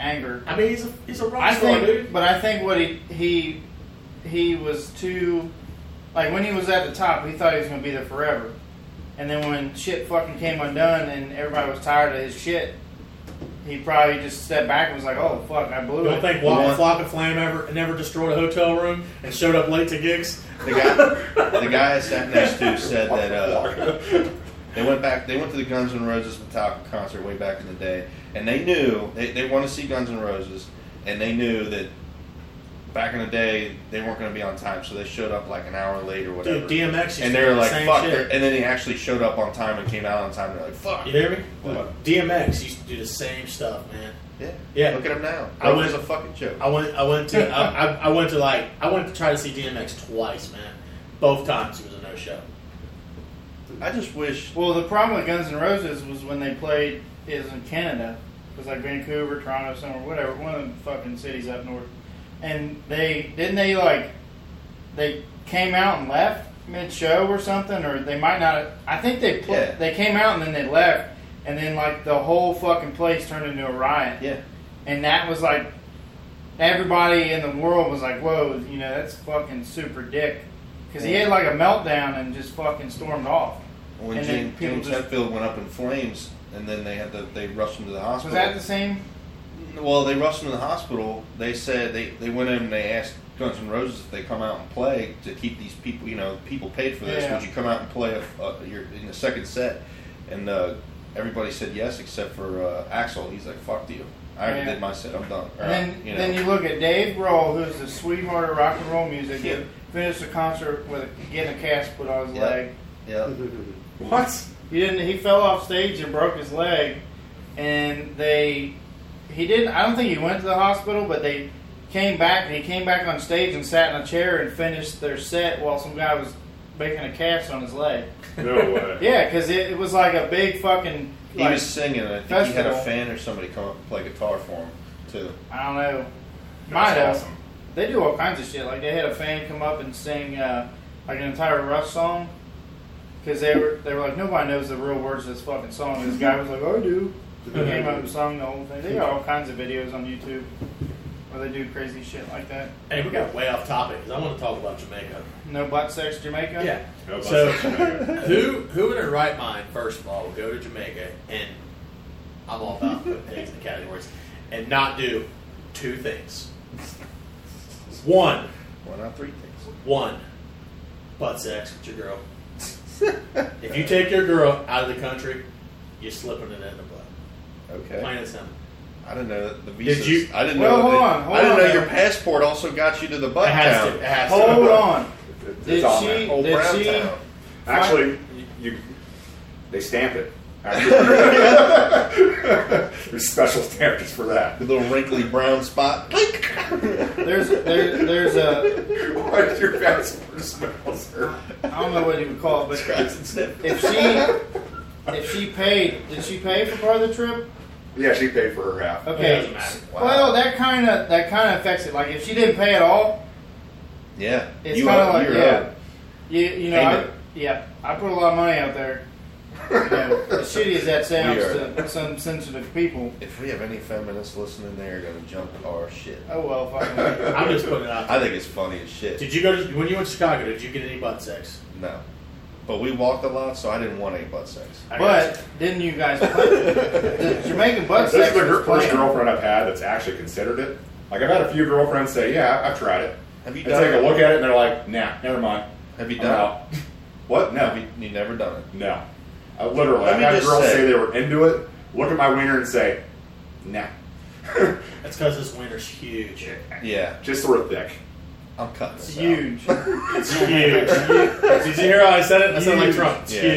Speaker 5: anger.
Speaker 2: I mean, he's a he's a rock
Speaker 5: I
Speaker 2: star,
Speaker 5: think,
Speaker 2: dude.
Speaker 5: but I think what he he he was too like when he was at the top, he thought he was going to be there forever, and then when shit fucking came undone and everybody was tired of his shit, he probably just stepped back and was like, "Oh fuck, I blew
Speaker 2: You don't
Speaker 5: it."
Speaker 2: think Wop
Speaker 1: Yeah.
Speaker 2: and Flop and Flam ever never destroyed a hotel room and showed up late to gigs?
Speaker 1: The guy, the guy I sat next to said that uh, they went back. They went to the Guns N' Roses Metallica concert way back in the day, and they knew they, they want to see Guns N' Roses, and they knew that back in the day they weren't going to be on time, so they showed up like an hour late or whatever.
Speaker 2: Dude, DMX. used
Speaker 1: and
Speaker 2: to
Speaker 1: they were
Speaker 2: do the
Speaker 1: like,
Speaker 2: same
Speaker 1: "Fuck!"
Speaker 2: shit.
Speaker 1: they're- And then he actually showed up on time and came out on time. They're like, "Fuck!"
Speaker 2: You hear me?
Speaker 1: What?
Speaker 2: DMX used to do the same stuff, man.
Speaker 1: Yeah.
Speaker 2: Yeah.
Speaker 1: Look at him now.
Speaker 2: I
Speaker 1: I
Speaker 2: went-
Speaker 1: was a fucking joke.
Speaker 2: I went. I went to. I, I, I went to like. I went to try to see DMX twice, man. Both times he was a no show.
Speaker 1: I just wish.
Speaker 5: Well, the problem with Guns N' Roses was when they played is in Canada. It was like Vancouver, Toronto, somewhere, whatever, one of the fucking cities up north. And they didn't they like they came out and left mid show or something, or they might not. have- I think they pl-
Speaker 1: Yeah.
Speaker 5: they came out and then they left, and then like the whole fucking place turned into a riot.
Speaker 1: Yeah.
Speaker 5: And that was like everybody in the world was like, "Whoa, you know that's fucking super dick," because he had like a meltdown and just fucking stormed off.
Speaker 1: When
Speaker 5: And
Speaker 1: James,
Speaker 5: then people
Speaker 1: James
Speaker 5: just-
Speaker 1: Hetfield went up in flames, and then they had to they rushed him to the
Speaker 5: Was
Speaker 1: hospital.
Speaker 5: that the same?
Speaker 1: Well, they rushed him to the hospital. They said they, they went in and they asked Guns N' Roses if they come out and play to keep these people, you know, people paid for this.
Speaker 5: Yeah.
Speaker 1: Would you come out and play a, a, your, in the second set? And uh, everybody said yes, except for uh, Axel. He's like, fuck you. I already
Speaker 5: Yeah.
Speaker 1: did my set. I'm done. Or,
Speaker 5: And then,
Speaker 1: you know.
Speaker 5: then you look at Dave Grohl, who's the sweetheart of rock and roll music.
Speaker 1: Yeah.
Speaker 5: He finished the concert with a, getting a cast put on his
Speaker 1: Yeah.
Speaker 5: leg.
Speaker 1: yeah.
Speaker 2: What?
Speaker 5: He didn't. He fell off stage and broke his leg, and they. He didn't. I don't think he went to the hospital, but they came back. And he came back on stage and sat in a chair and finished their set while some guy was making a cast on his leg.
Speaker 4: No way.
Speaker 5: Yeah, because it, it was like a big fucking.
Speaker 1: He
Speaker 5: Like,
Speaker 1: was singing, and I think he had a
Speaker 5: festival.
Speaker 1: fan or somebody come up and play guitar for him, too.
Speaker 5: I don't know. Might
Speaker 4: That's
Speaker 5: have.
Speaker 4: awesome.
Speaker 5: They do all kinds of shit. Like they had a fan come up and sing uh, like an entire Rush song because they were they were like nobody knows the real words of this fucking song. This guy was like, I do. He came up and sung the whole thing. They got all kinds of videos on YouTube where they do crazy shit like that.
Speaker 2: Hey, we got way off topic because I want to talk about Jamaica.
Speaker 5: No butt sex Jamaica.
Speaker 2: Yeah.
Speaker 4: No bus
Speaker 2: So,
Speaker 4: station.
Speaker 2: who who in their right mind, first of all, would go to Jamaica and I'm all about putting things in categories and not do two things. One,
Speaker 1: Why not three things?
Speaker 2: one, butt sex with your girl. if you take your girl out of the country, you're slipping it in the butt. Plain
Speaker 1: Okay.
Speaker 2: and simple.
Speaker 1: I didn't know that the visas.
Speaker 2: you-
Speaker 1: I didn't
Speaker 5: Well,
Speaker 1: know. that
Speaker 5: hold
Speaker 1: they-
Speaker 5: on, hold
Speaker 1: I didn't
Speaker 5: on
Speaker 1: know
Speaker 5: now.
Speaker 1: your passport also got you to the butt
Speaker 2: It has
Speaker 1: town.
Speaker 2: to. It has to.
Speaker 5: Hold on.
Speaker 4: It's
Speaker 5: Did
Speaker 4: on
Speaker 5: she-
Speaker 4: there.
Speaker 1: Old
Speaker 5: Did
Speaker 1: Brown
Speaker 5: she-
Speaker 1: Town.
Speaker 4: Actually, you, you they stamp it. There's special stampers for that.
Speaker 1: The little wrinkly brown spot.
Speaker 5: There's there, there's a
Speaker 4: Why does your passport smell, sir?
Speaker 5: I don't know what you would call it, but
Speaker 1: Scratch and sniff.
Speaker 5: if she if she paid did she pay for part of the trip
Speaker 4: Yeah, she paid for her half.
Speaker 7: It
Speaker 5: Okay.
Speaker 7: doesn't matter.
Speaker 4: Wow.
Speaker 5: Well, that kind of that kind of affects it. Like if she didn't pay at all,
Speaker 1: Yeah.
Speaker 5: It's
Speaker 1: you uh,
Speaker 5: kinda
Speaker 1: owe-
Speaker 5: like-
Speaker 1: you're
Speaker 5: yeah.
Speaker 1: owed.
Speaker 5: you you know,
Speaker 1: Payment.
Speaker 5: I, yeah, I put a lot of money out there. Yeah, as shitty as that sounds
Speaker 1: We are.
Speaker 5: to some sensitive people,
Speaker 1: If we have any feminists listening, they're gonna jump our shit.
Speaker 5: oh well, fucking.
Speaker 7: I'm just putting it out.
Speaker 1: I think it's funny as shit.
Speaker 7: Did you go to when you went to Chicago? Did you get any butt sex?
Speaker 1: No, but we walked a lot, so I didn't want any butt sex.
Speaker 7: I
Speaker 5: But didn't you guys play? the Jamaican butt
Speaker 4: This is
Speaker 5: sex
Speaker 4: the
Speaker 5: was
Speaker 4: gir- first
Speaker 5: playing.
Speaker 4: girlfriend I've had that's actually considered it. Like I've had a few girlfriends say, "Yeah, I- I've tried it."
Speaker 1: Have you
Speaker 4: I take
Speaker 1: done
Speaker 4: a
Speaker 1: it?
Speaker 4: look at it and they're like, "Nah, never mind."
Speaker 1: Have you
Speaker 4: I'm
Speaker 1: done
Speaker 4: out. What?
Speaker 1: it? Have
Speaker 4: No,
Speaker 1: you, you never done it?
Speaker 4: no. I literally,
Speaker 1: Let
Speaker 4: I've
Speaker 1: me
Speaker 4: had
Speaker 1: just
Speaker 4: girls
Speaker 1: say-
Speaker 4: say they were into it, look at my wiener and say, "Nah."
Speaker 7: That's because this winter's huge.
Speaker 1: Yeah,
Speaker 4: Just sort of thick.
Speaker 1: I'm cutting
Speaker 5: It's
Speaker 1: this out.
Speaker 5: huge.
Speaker 7: It's huge. Did you hear how I said it? I sound like Trump. It's
Speaker 1: Yeah.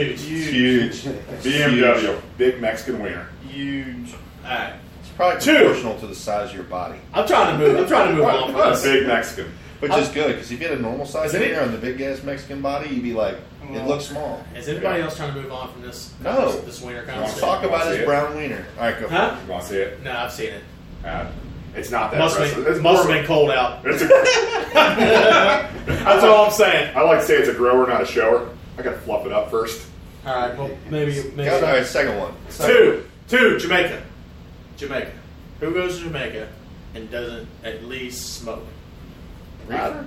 Speaker 7: huge.
Speaker 1: Huge.
Speaker 4: BMW, big Mexican wiener.
Speaker 5: Huge.
Speaker 7: All right.
Speaker 1: It's probably
Speaker 7: Two.
Speaker 1: proportional to the size of your body,
Speaker 7: I'm trying to move. I'm trying to move on from
Speaker 4: A
Speaker 7: this.
Speaker 4: big Mexican.
Speaker 1: which is good because if you had a normal size
Speaker 7: Isn't it-
Speaker 1: hair on the big ass Mexican body, you'd be like, it
Speaker 5: Well,
Speaker 1: looks small.
Speaker 7: Is anybody else trying to move on from this?
Speaker 1: No.
Speaker 7: This, this winter
Speaker 4: Don't
Speaker 7: conversation.
Speaker 1: Talk about his
Speaker 4: Yeah.
Speaker 1: brown wiener. All right, go. for
Speaker 7: Huh?
Speaker 4: You want to see it?
Speaker 7: No, I've seen it.
Speaker 4: Uh, it's not that.
Speaker 7: Must
Speaker 4: aggressive. It's
Speaker 7: have must
Speaker 4: more-
Speaker 7: been cold out.
Speaker 4: It's a,
Speaker 7: That's all I'm saying.
Speaker 4: I like to say it's a grower, not a shower. I gotta fluff it up first.
Speaker 7: All right. Well, maybe
Speaker 1: it. Go- all
Speaker 7: maybe
Speaker 1: right, second one.
Speaker 7: two, two Jamaica, Jamaica. Who goes to Jamaica and doesn't at least smoke?
Speaker 1: Reefer?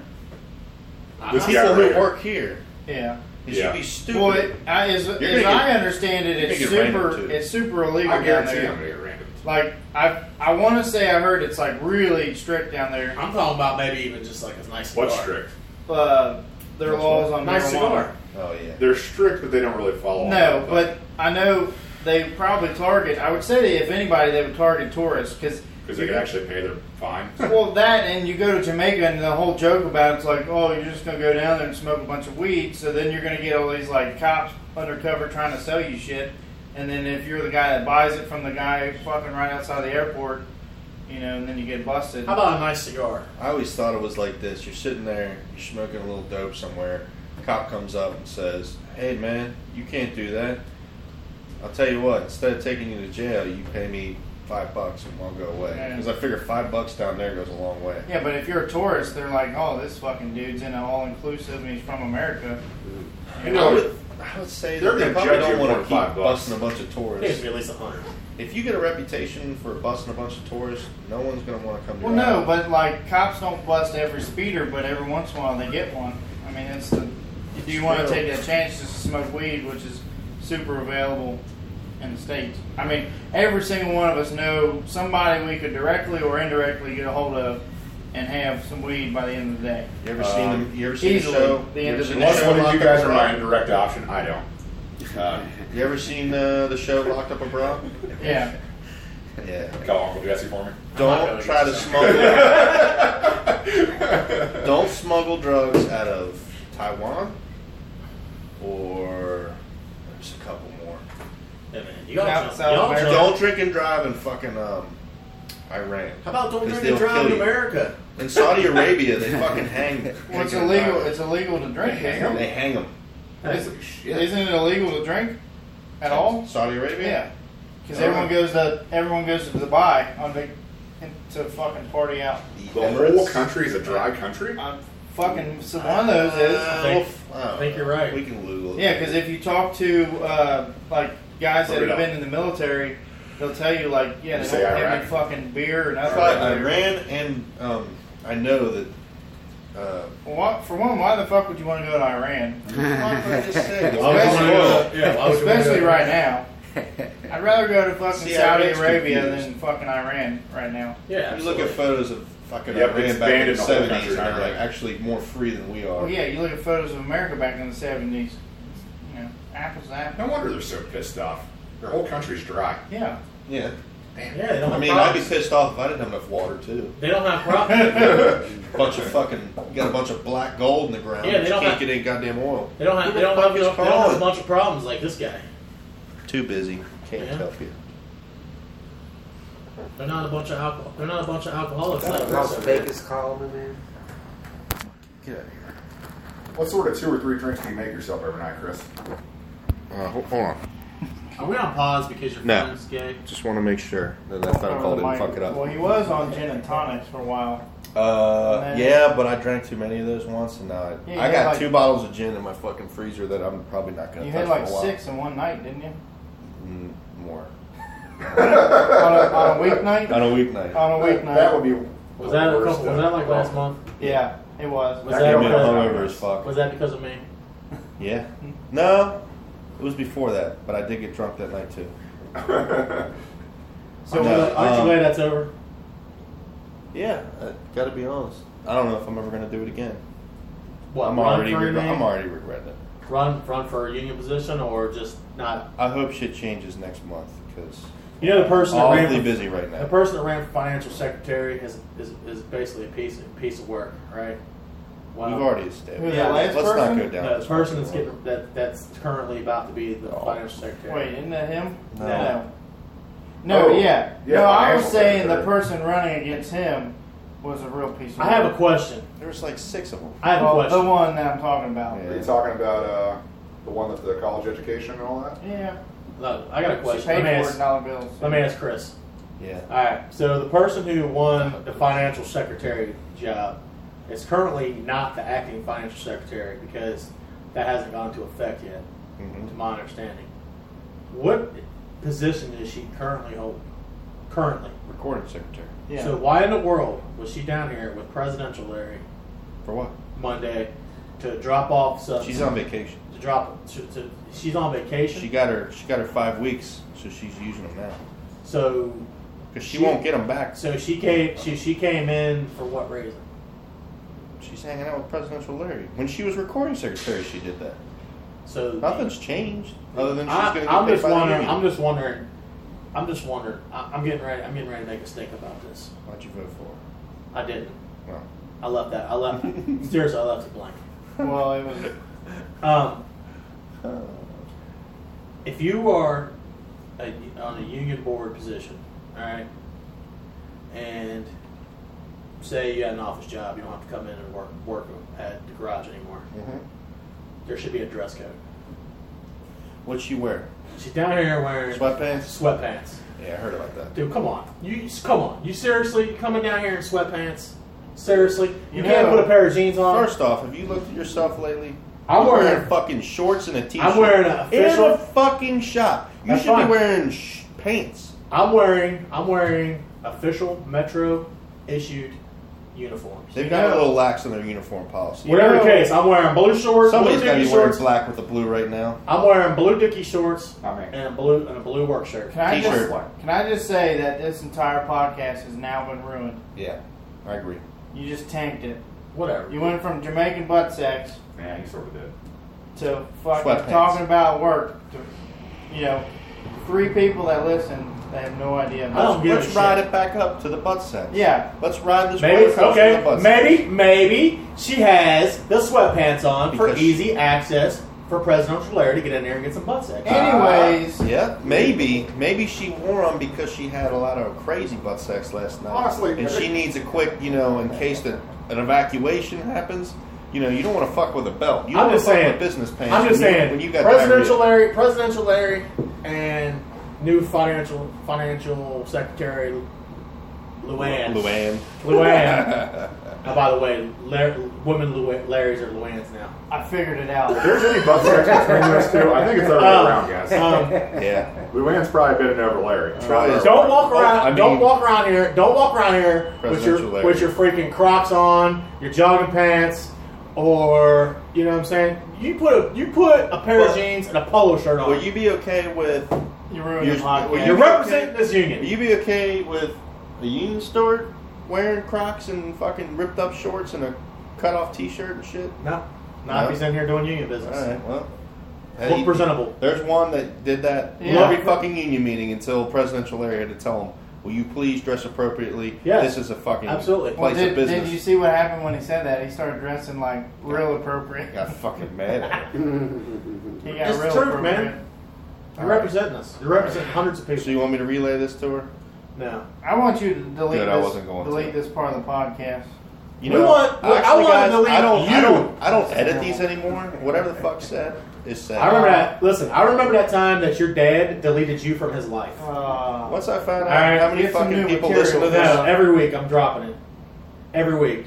Speaker 7: I-
Speaker 4: Uh, This
Speaker 7: I-
Speaker 4: guy
Speaker 1: People
Speaker 4: right
Speaker 1: who
Speaker 4: here.
Speaker 1: work here,
Speaker 5: Yeah.
Speaker 1: you
Speaker 4: Yeah.
Speaker 1: should be stupid.
Speaker 5: Well, it, I, as,
Speaker 1: gonna
Speaker 5: as
Speaker 1: get-
Speaker 5: I understand it,
Speaker 1: you're
Speaker 5: it's
Speaker 1: gonna get
Speaker 5: super.
Speaker 1: random, too.
Speaker 5: It's super illegal
Speaker 4: I
Speaker 5: down
Speaker 4: guarantee I'm
Speaker 5: there.
Speaker 4: gonna get random.
Speaker 5: Like I, I want to say I heard it's like really strict down there.
Speaker 7: I'm talking about maybe even just like a nice.
Speaker 4: What's
Speaker 7: cigar.
Speaker 4: strict?
Speaker 5: Uh, their
Speaker 1: That's
Speaker 5: laws on
Speaker 7: Nice
Speaker 5: marijuana.
Speaker 7: cigar.
Speaker 1: Oh yeah.
Speaker 4: They're strict, but they don't really follow.
Speaker 5: No,
Speaker 4: them.
Speaker 5: but I know they probably target. I would say if anybody, they would target tourists because.
Speaker 4: because they can actually pay their fine.
Speaker 5: Well, that and you go to Jamaica and the whole joke about it's like, oh, you're just gonna go down there and smoke a bunch of weed, so then you're gonna get all these like cops undercover trying to sell you shit, and then if you're the guy that buys it from the guy fucking right outside the airport, you know, and then you get busted.
Speaker 7: How about a nice cigar?
Speaker 1: I always thought it was like this. You're sitting there, you're smoking a little dope somewhere. Cop comes up and says, "Hey, man, you can't do that. I'll tell you what. Instead of taking you to jail, you pay me five bucks and I'll go away.
Speaker 5: Yeah.
Speaker 1: Because I figure five bucks down there goes a long way.
Speaker 5: yeah, but if you're a tourist, they're like, oh, this fucking dude's in an all inclusive and he's from America.
Speaker 1: I
Speaker 4: you know,
Speaker 1: would, I would say
Speaker 4: They're
Speaker 1: that they
Speaker 4: gonna
Speaker 1: probably
Speaker 4: judge you
Speaker 1: don't want to
Speaker 4: for
Speaker 1: keep
Speaker 4: five bucks.
Speaker 1: busting a bunch
Speaker 7: I think
Speaker 1: of
Speaker 7: it's
Speaker 1: tourists.
Speaker 7: gonna be at least a hundred.
Speaker 1: If you get a reputation for busting a bunch of tourists, no one's going to want to come to
Speaker 5: Well,
Speaker 1: your
Speaker 5: no,
Speaker 1: island.
Speaker 5: but like cops don't bust every speeder, but every once in a while they get one. I mean, it's the. Do you want to
Speaker 1: True.
Speaker 5: take that chance just to smoke weed, which is super available in the states? I mean, every single one of us know somebody we could directly or indirectly get a hold of and have some weed by the end of the day.
Speaker 1: You ever seen
Speaker 4: Um,
Speaker 1: them? You ever seen the
Speaker 5: easily,
Speaker 1: show?
Speaker 5: the
Speaker 1: you ever
Speaker 5: end of the
Speaker 1: seen
Speaker 4: unless
Speaker 1: show
Speaker 4: one of you
Speaker 1: Locked Up
Speaker 4: guys
Speaker 1: and
Speaker 4: are
Speaker 1: Robbed?
Speaker 4: buying direct option, I don't. Uh,
Speaker 1: You ever seen uh, the show Locked Up Abroad?
Speaker 5: Yeah.
Speaker 1: Yeah.
Speaker 4: call Uncle Jesse for
Speaker 7: I'm
Speaker 4: me.
Speaker 7: not
Speaker 1: Don't
Speaker 7: gonna
Speaker 1: try to
Speaker 7: do
Speaker 1: smuggle. don't smuggle drugs out of Taiwan or there's a couple more.
Speaker 7: Yeah, man. You all
Speaker 5: South-
Speaker 7: jump.
Speaker 5: South
Speaker 7: You all
Speaker 5: America.
Speaker 7: jump.
Speaker 1: Don't drink and drive in fucking um, Iran.
Speaker 7: How about don't
Speaker 1: 'Cause
Speaker 7: drink and
Speaker 1: they'll
Speaker 7: drive
Speaker 1: kill
Speaker 7: in
Speaker 1: you.
Speaker 7: America?
Speaker 1: In Saudi Arabia, they fucking hang.
Speaker 5: Well, it's
Speaker 1: drinking and
Speaker 5: illegal.
Speaker 1: driving.
Speaker 5: It's illegal to drink.
Speaker 4: They
Speaker 5: Isn't
Speaker 4: hang
Speaker 1: they hang them
Speaker 5: it? Isn't it illegal to drink at all?
Speaker 1: Saudi Arabia.
Speaker 5: Yeah, because everyone goes to everyone goes to Dubai on vac- to fucking party out.
Speaker 1: The
Speaker 4: The whole country is a dry country.
Speaker 5: I'm fucking. So one of those
Speaker 1: Uh,
Speaker 5: is
Speaker 7: I think-
Speaker 1: I
Speaker 7: think you're right.
Speaker 1: We can lose.
Speaker 5: yeah. Because if you talk to uh, like guys that have been in the military, they'll tell you like yeah,
Speaker 4: You
Speaker 5: they
Speaker 4: say
Speaker 5: don't have any
Speaker 4: Iraq.
Speaker 5: fucking beer or nothing.
Speaker 1: But
Speaker 5: over there.
Speaker 1: Iran and um, I know that. Uh,
Speaker 5: Well, why- for one, why the fuck would you want to go to Iran?
Speaker 7: Why would you wanna go to- yeah, why would you wanna go to-
Speaker 5: Especially right now. I'd rather go to fucking
Speaker 1: See,
Speaker 5: Saudi
Speaker 1: Iran's
Speaker 5: Arabia
Speaker 1: confused.
Speaker 5: than fucking Iran right now.
Speaker 7: Yeah.
Speaker 1: You look
Speaker 7: absolutely.
Speaker 1: at photos of fucking
Speaker 4: Yep,
Speaker 1: Iran
Speaker 4: it's
Speaker 1: back in
Speaker 4: banned
Speaker 1: the
Speaker 4: in the whole
Speaker 1: seventies,
Speaker 4: country,
Speaker 1: and they're
Speaker 4: Iran.
Speaker 1: like actually more free than we are.
Speaker 5: Well, Oh, yeah, you look at photos of America back in the seventies. You know, apples to apples.
Speaker 4: No wonder they're so pissed off. Their whole country's dry.
Speaker 5: Yeah.
Speaker 1: Yeah.
Speaker 7: Yeah, they don't
Speaker 1: I
Speaker 7: have
Speaker 1: mean, I'd be
Speaker 7: problems.
Speaker 1: pissed off if I didn't have enough water too.
Speaker 7: They don't have problems.
Speaker 1: Bunch of fucking got a bunch of black gold in the ground.
Speaker 7: Yeah,
Speaker 1: but
Speaker 7: they
Speaker 1: you
Speaker 7: don't
Speaker 1: can't
Speaker 7: have-
Speaker 1: get any goddamn oil.
Speaker 7: They don't have.
Speaker 1: Who
Speaker 7: They
Speaker 1: the
Speaker 7: don't
Speaker 1: fuck
Speaker 7: have, they
Speaker 1: is
Speaker 7: don't, they don't have a
Speaker 1: calling?
Speaker 7: bunch of problems like this guy.
Speaker 1: Too busy. Can't
Speaker 7: Yeah.
Speaker 1: help you.
Speaker 7: They're not a bunch of alcohol. They're not a bunch of alcoholics. Like
Speaker 3: Las
Speaker 7: this.
Speaker 3: Vegas called me, man.
Speaker 1: Get out of here.
Speaker 4: What sort of two or three drinks do you make yourself every night, Chris?
Speaker 1: Uh, hold, hold on.
Speaker 2: Are we on pause because your
Speaker 1: No.
Speaker 2: phone is gay?
Speaker 1: Just want to make sure that that phone call didn't fuck it
Speaker 5: Well, he
Speaker 1: up.
Speaker 5: was on gin and tonics for a while.
Speaker 1: Uh,
Speaker 5: Man.
Speaker 1: yeah, but I drank too many of those once, and now I,
Speaker 5: Yeah,
Speaker 1: I
Speaker 5: you
Speaker 1: got
Speaker 5: had like-
Speaker 1: two bottles of gin in my fucking freezer that I'm probably not gonna.
Speaker 5: You
Speaker 1: touch
Speaker 5: had like
Speaker 1: for a while.
Speaker 5: six in one night, didn't you?
Speaker 1: Mm, more
Speaker 5: on, a, on a weeknight.
Speaker 1: on a weeknight.
Speaker 5: On a
Speaker 4: That,
Speaker 5: weeknight.
Speaker 4: that would be.
Speaker 2: Was that, a
Speaker 4: worst
Speaker 2: couple, was
Speaker 4: of-
Speaker 2: that like last month?
Speaker 5: yeah, it was.
Speaker 2: Was
Speaker 1: I
Speaker 2: that
Speaker 1: mean,
Speaker 2: because-
Speaker 1: hungover as fuck.
Speaker 2: Was that because of me?
Speaker 1: Yeah. No, it was before that, but I did get drunk that night too.
Speaker 2: So
Speaker 1: No,
Speaker 2: aren't you
Speaker 1: um,
Speaker 2: glad that's over?
Speaker 1: Yeah, I gotta be honest. I don't know if I'm ever gonna do it again.
Speaker 2: What,
Speaker 1: I'm
Speaker 2: run
Speaker 1: already
Speaker 2: for your
Speaker 1: regret-
Speaker 2: name?
Speaker 1: I'm already regretting it.
Speaker 2: Run, run for a union position or just not?
Speaker 1: I hope shit changes next month because
Speaker 2: You know the person that ran
Speaker 1: awfully
Speaker 2: for,
Speaker 1: busy right
Speaker 2: the
Speaker 1: now.
Speaker 2: person that ran for financial secretary is is, is basically a piece of, piece of work, right? Wow.
Speaker 1: You've already
Speaker 5: Who,
Speaker 1: established.
Speaker 5: the
Speaker 2: Yeah,
Speaker 5: last
Speaker 1: Let's not
Speaker 5: person?
Speaker 1: go down.
Speaker 2: No, the
Speaker 1: this
Speaker 2: person that's
Speaker 1: fucking road.
Speaker 2: getting that that's currently about to be the
Speaker 1: Oh.
Speaker 2: financial secretary.
Speaker 5: Wait, isn't that him?
Speaker 1: No.
Speaker 5: No,
Speaker 4: Oh,
Speaker 5: yeah.
Speaker 4: yeah,
Speaker 5: No, I was
Speaker 4: financial
Speaker 5: saying the
Speaker 4: secretary.
Speaker 5: person running against him was a real piece of
Speaker 2: I have
Speaker 5: work.
Speaker 2: a question.
Speaker 1: There was like six of them.
Speaker 2: I have a
Speaker 5: Well,
Speaker 2: question.
Speaker 5: Oh, The one that I'm talking about.
Speaker 1: Yeah.
Speaker 4: Are you talking about uh, the one with the college education and all that?
Speaker 5: Yeah.
Speaker 2: No, I got a
Speaker 5: She
Speaker 2: question. Let
Speaker 5: paid
Speaker 2: me
Speaker 5: for it in
Speaker 2: ask.
Speaker 5: dollar bills.
Speaker 2: Let me ask Chris.
Speaker 1: Yeah.
Speaker 2: All right. So the person who won the financial secretary job is currently not the acting financial secretary because that hasn't gone into effect yet,
Speaker 1: hmm
Speaker 2: to my understanding. What position is she currently holding? Currently.
Speaker 1: Recording secretary.
Speaker 5: Yeah.
Speaker 2: So why in the world was she down here with presidential Larry
Speaker 1: For what?
Speaker 2: Monday to drop off stuff?
Speaker 1: She's on vacation.
Speaker 2: to drop. To, to, she's on vacation.
Speaker 1: She got her. She got her five weeks, so she's using them now
Speaker 2: so
Speaker 1: because she,
Speaker 2: She-
Speaker 1: won't get them back.
Speaker 2: so she came. She she came in for what reason?
Speaker 1: She's hanging out with Presidential Larry. When she was recording secretary, she did that.
Speaker 2: So
Speaker 1: Nothing's changed other than she's
Speaker 2: I,
Speaker 1: going to get
Speaker 2: I'm
Speaker 1: paid
Speaker 2: just
Speaker 1: by the
Speaker 2: wondering.
Speaker 1: union.
Speaker 2: I'm just wondering. I'm just wondering. I, I'm getting ready. I'm getting ready to make a stink about this.
Speaker 1: Why'd you vote for?
Speaker 2: I didn't.
Speaker 1: her? Well,
Speaker 2: I left that. I left. seriously, I left it blank.
Speaker 5: well, it was.
Speaker 2: Um, if you are a, on a union board position, all right, and say you had an office job, you don't have to come in and work work at the garage anymore.
Speaker 1: mhm.
Speaker 2: There should be a dress code.
Speaker 1: What'd she wear?
Speaker 2: She's down here wearing
Speaker 1: Sweatpants?
Speaker 2: sweatpants.
Speaker 1: Yeah, I heard about that.
Speaker 2: Dude, come on. You come on. You seriously coming down here in sweatpants? Seriously, you can't
Speaker 5: No.
Speaker 2: put a pair of jeans on.
Speaker 1: First off, have you looked at yourself lately?
Speaker 2: I'm
Speaker 1: You're
Speaker 2: wearing-
Speaker 1: fucking shorts and a t-shirt.
Speaker 2: I'm wearing an official-
Speaker 1: In a fucking shop. You
Speaker 2: That's
Speaker 1: should
Speaker 2: fine.
Speaker 1: be wearing sh- pants.
Speaker 2: I'm wearing I'm wearing official Metro issued uniforms.
Speaker 1: They've got
Speaker 5: know-
Speaker 1: a little lax on their uniform policy.
Speaker 2: Whatever the
Speaker 5: know-
Speaker 2: case, I'm wearing blue shorts, blue
Speaker 1: Somebody's got to
Speaker 2: dicky
Speaker 1: be wearing
Speaker 2: shorts.
Speaker 1: black with the blue right now.
Speaker 2: I'm wearing blue dicky shorts
Speaker 4: I mean,
Speaker 2: and a blue and a blue work shirt.
Speaker 5: Can I
Speaker 1: T-shirt.
Speaker 5: just can I just say that this entire podcast has now been ruined?
Speaker 1: Yeah, I agree.
Speaker 5: You just tanked it.
Speaker 2: Whatever.
Speaker 5: You went from Jamaican butt sex
Speaker 4: yeah, you sort of did.
Speaker 5: to fucking
Speaker 1: Sweatpants.
Speaker 5: talking about work. To, you know, three people that listen, they have no idea.
Speaker 2: I don't
Speaker 5: About
Speaker 1: Let's,
Speaker 2: give a
Speaker 1: let's ride
Speaker 2: shit.
Speaker 1: it back up to the butt sex.
Speaker 5: Yeah.
Speaker 1: Let's ride this
Speaker 2: Maybe
Speaker 1: wave up to the
Speaker 2: okay.
Speaker 1: butt sex.
Speaker 2: Maybe maybe she has the sweatpants on for
Speaker 1: Because-
Speaker 2: easy access for Presidential Larry to get in there and get some butt sex.
Speaker 1: Ah,
Speaker 5: Anyways,
Speaker 1: Uh, Yeah, maybe. Maybe she wore them because she had a lot of crazy butt sex last night.
Speaker 4: Honestly,
Speaker 1: and she needs a quick, you know, in case that an evacuation happens. You know, you don't want to fuck with a belt. You
Speaker 2: I'm
Speaker 1: don't
Speaker 2: just
Speaker 1: wanna fuck
Speaker 2: saying.
Speaker 1: with business pants.
Speaker 2: I'm just
Speaker 1: when you-
Speaker 2: saying.
Speaker 1: when you got
Speaker 2: presidential
Speaker 1: diarrhea.
Speaker 2: Larry, presidential Larry, and new financial financial secretary Luann.
Speaker 1: Luann.
Speaker 2: Luann. oh, by the way, Lar- women Lu- Larrys are Luanns now.
Speaker 5: I figured it out.
Speaker 4: There's any butt sex between those two? I think it's other way
Speaker 2: Um,
Speaker 4: around, guys.
Speaker 2: Um,
Speaker 1: yeah.
Speaker 4: Luann's probably been over Larry.
Speaker 1: Probably is.
Speaker 2: don't walk
Speaker 1: Oh,
Speaker 2: around.
Speaker 1: I mean-
Speaker 2: don't walk around here. Don't walk around here with your
Speaker 1: Presidential Larry.
Speaker 2: with your freaking Crocs on, your jogging pants, or you know what I'm saying. You put a you put a pair of
Speaker 1: Well-
Speaker 2: jeans and a polo shirt on.
Speaker 1: Will you be okay with? Will
Speaker 5: You ruined the
Speaker 1: You're-
Speaker 5: podcast.
Speaker 1: well,
Speaker 2: You're representing this union.
Speaker 1: you be okay with a union store wearing Crocs and fucking ripped up shorts and a cut off T-shirt and shit?
Speaker 2: No, not
Speaker 1: No?
Speaker 2: if he's in here doing union
Speaker 1: All
Speaker 2: business.
Speaker 1: right. Well.
Speaker 2: Look
Speaker 1: Hey,
Speaker 2: presentable.
Speaker 1: There's one that did that
Speaker 5: Yeah.
Speaker 1: every fucking union meeting until presidential Larry had to tell him, "Will you please dress appropriately?
Speaker 2: Yes.
Speaker 1: This is a fucking
Speaker 2: Absolutely.
Speaker 1: place
Speaker 5: did,
Speaker 1: of business."
Speaker 5: did you see what happened when he said that? He started dressing like real appropriate.
Speaker 1: I got fucking mad at him.
Speaker 5: He got
Speaker 2: It's the
Speaker 5: real
Speaker 2: truth,
Speaker 5: appropriate.
Speaker 2: man. You're representing us. You're representing hundreds of people.
Speaker 1: So you want me to relay this to her?
Speaker 2: no.
Speaker 5: I want you to delete
Speaker 1: Good,
Speaker 5: this.
Speaker 1: I wasn't going to.
Speaker 5: delete this part of the podcast.
Speaker 1: You
Speaker 2: We want- I
Speaker 1: actually,
Speaker 2: want to
Speaker 1: guys,
Speaker 2: delete
Speaker 1: I don't,
Speaker 2: you.
Speaker 1: I don't, I don't edit these anymore. Whatever the fuck said, is
Speaker 2: I
Speaker 1: sad.
Speaker 2: remember that. Listen, I remember that time that your dad deleted you from his life.
Speaker 5: Uh,
Speaker 1: Once I find out
Speaker 2: Alright,
Speaker 1: how many
Speaker 5: get some
Speaker 1: fucking
Speaker 5: new
Speaker 1: people
Speaker 5: material.
Speaker 1: listen to this,
Speaker 2: No, every week I'm dropping it. Every week.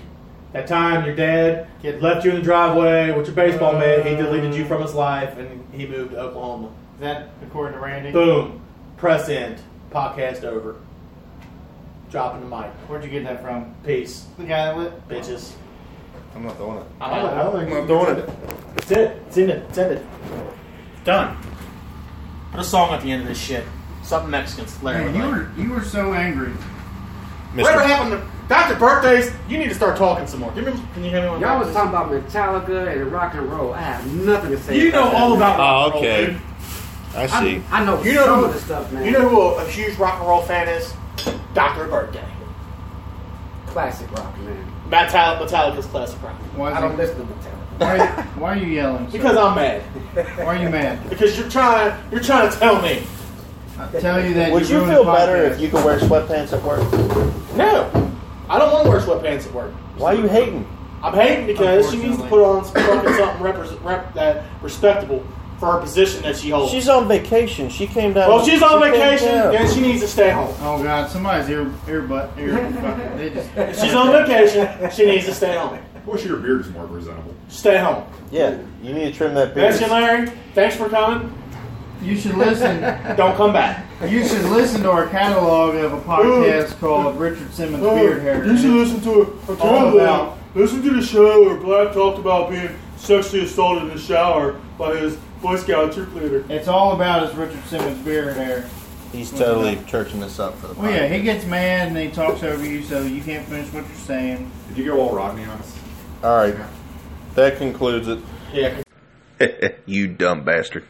Speaker 2: That time your dad
Speaker 5: Kid.
Speaker 2: left you in the driveway with your baseball mitt. He deleted you
Speaker 5: Uh.
Speaker 2: from his life, and he moved to Oklahoma.
Speaker 5: Is that according to Randy?
Speaker 2: Boom. Press end. Podcast over. Dropping the mic.
Speaker 5: Where'd you get that from?
Speaker 2: Peace,
Speaker 5: The guy that lit?
Speaker 2: bitches.
Speaker 1: I'm not doing it.
Speaker 2: I'm out.
Speaker 1: I'm not doing it.
Speaker 2: That's it. It's in it. It's in it.
Speaker 7: Done. Put a song at the end of this shit. Something Mexican's Larry.
Speaker 5: Man, you were you were so angry.
Speaker 7: Whatever
Speaker 1: Mr.
Speaker 7: happened to Dr. Birthdays? You need to start talking some more. Do you remember? Can you hear me? on
Speaker 3: Y'all
Speaker 7: that?
Speaker 3: was talking about Metallica and rock and roll. I have nothing to say.
Speaker 7: You know
Speaker 3: that.
Speaker 7: all about. rock and roll,
Speaker 1: Oh, okay.
Speaker 7: dude.
Speaker 1: I
Speaker 3: I,
Speaker 1: see.
Speaker 3: I know
Speaker 7: You know
Speaker 3: some
Speaker 7: who-
Speaker 3: of the stuff, man.
Speaker 7: You know who a, a huge rock and roll fan is? Dr. Birthday.
Speaker 3: classic rock, man.
Speaker 7: Metallica, Metallica's classic rock.
Speaker 5: Why,
Speaker 3: I
Speaker 5: is
Speaker 3: don't
Speaker 5: it,
Speaker 3: listen to Metallica.
Speaker 5: why, are you, why are you yelling? sir?
Speaker 7: Because I'm mad.
Speaker 5: why are you mad?
Speaker 7: Because you're trying. You're trying to tell me.
Speaker 5: I tell you that.
Speaker 7: Would
Speaker 5: you,
Speaker 7: you
Speaker 5: ruined
Speaker 7: feel
Speaker 5: the
Speaker 7: better
Speaker 5: podcast.
Speaker 7: if you could wear sweatpants at work? No, I don't want to wear sweatpants at work.
Speaker 1: Why are you hating?
Speaker 7: I'm hating because she needs to
Speaker 5: Unfortunately.
Speaker 7: put on some fucking something repres rep, that respectable for her position that she holds.
Speaker 1: She's on vacation. She came down.
Speaker 7: well, if she's on
Speaker 1: she came
Speaker 7: vacation,
Speaker 1: down.
Speaker 7: then she needs to stay home.
Speaker 5: Oh God! Somebody's ear earbutt ear fucking. They just.
Speaker 7: If she's on vacation, she needs to stay home.
Speaker 4: I wish your beard was more presentable.
Speaker 7: Stay home.
Speaker 1: Yeah, you need to trim that beard.
Speaker 7: Mexican Larry, thanks for coming.
Speaker 5: You should listen.
Speaker 7: Don't come back.
Speaker 5: You should listen to our catalog of a podcast called Richard Simmons Beard Hair.
Speaker 2: listen to it. I'm
Speaker 5: telling you, about-
Speaker 2: Listen to the show where Black talked about being sexually assaulted in the shower by his Boy Scout cheerleader.
Speaker 5: It's all about is Richard Simmons Beard Hair.
Speaker 1: He's totally churching this up for the.
Speaker 5: Well, Oh, yeah, he gets mad and he talks over you, so you can't finish what you're saying.
Speaker 4: Did you go all Rodney on us?
Speaker 1: All right, that concludes it.
Speaker 7: Yeah.
Speaker 1: you dumb bastard.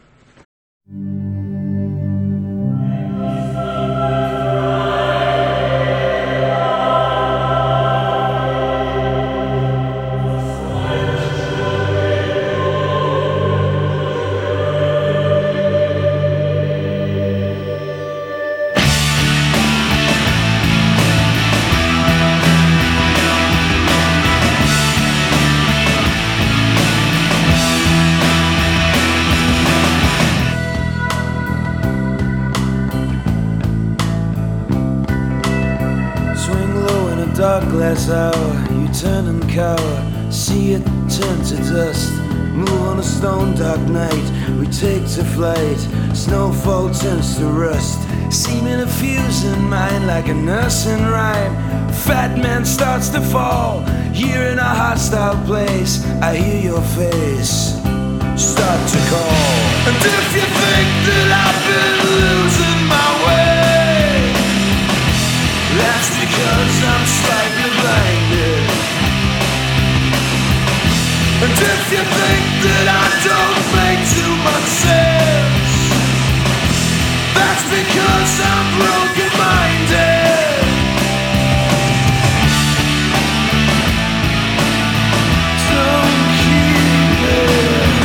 Speaker 8: Swing low in a dark glass hour. You turn and cower. See it turn to dust. Move on a stone dark night. We take to flight. Snowfall turns to rust. Seeming a fuse in mine like a nursing rhyme. Fat man starts to fall. Here in a hostile place, I hear your face start to call. And if you think that I've been losing my way. That's because I'm slightly blinded. And if you think that I don't make too much sense, that's because I'm broken minded. Don't keep it.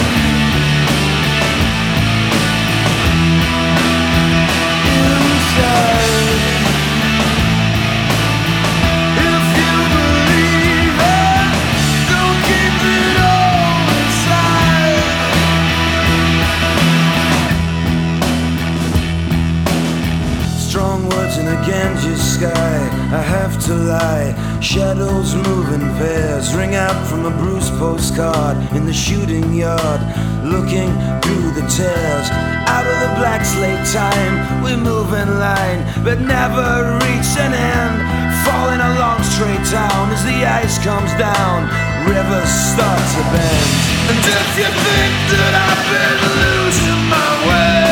Speaker 8: Inside. If you believe it, don't keep it all inside. Strong words in a Ganges sky. I have to lie. Shadows move in pairs, ring out from a bruised postcard in the shooting yard. Looking through the tears, out of the black slate time, we move in line, but never reach an end. Falling along straight down as the ice comes down, rivers start to bend. And if you think that I've been losing my way.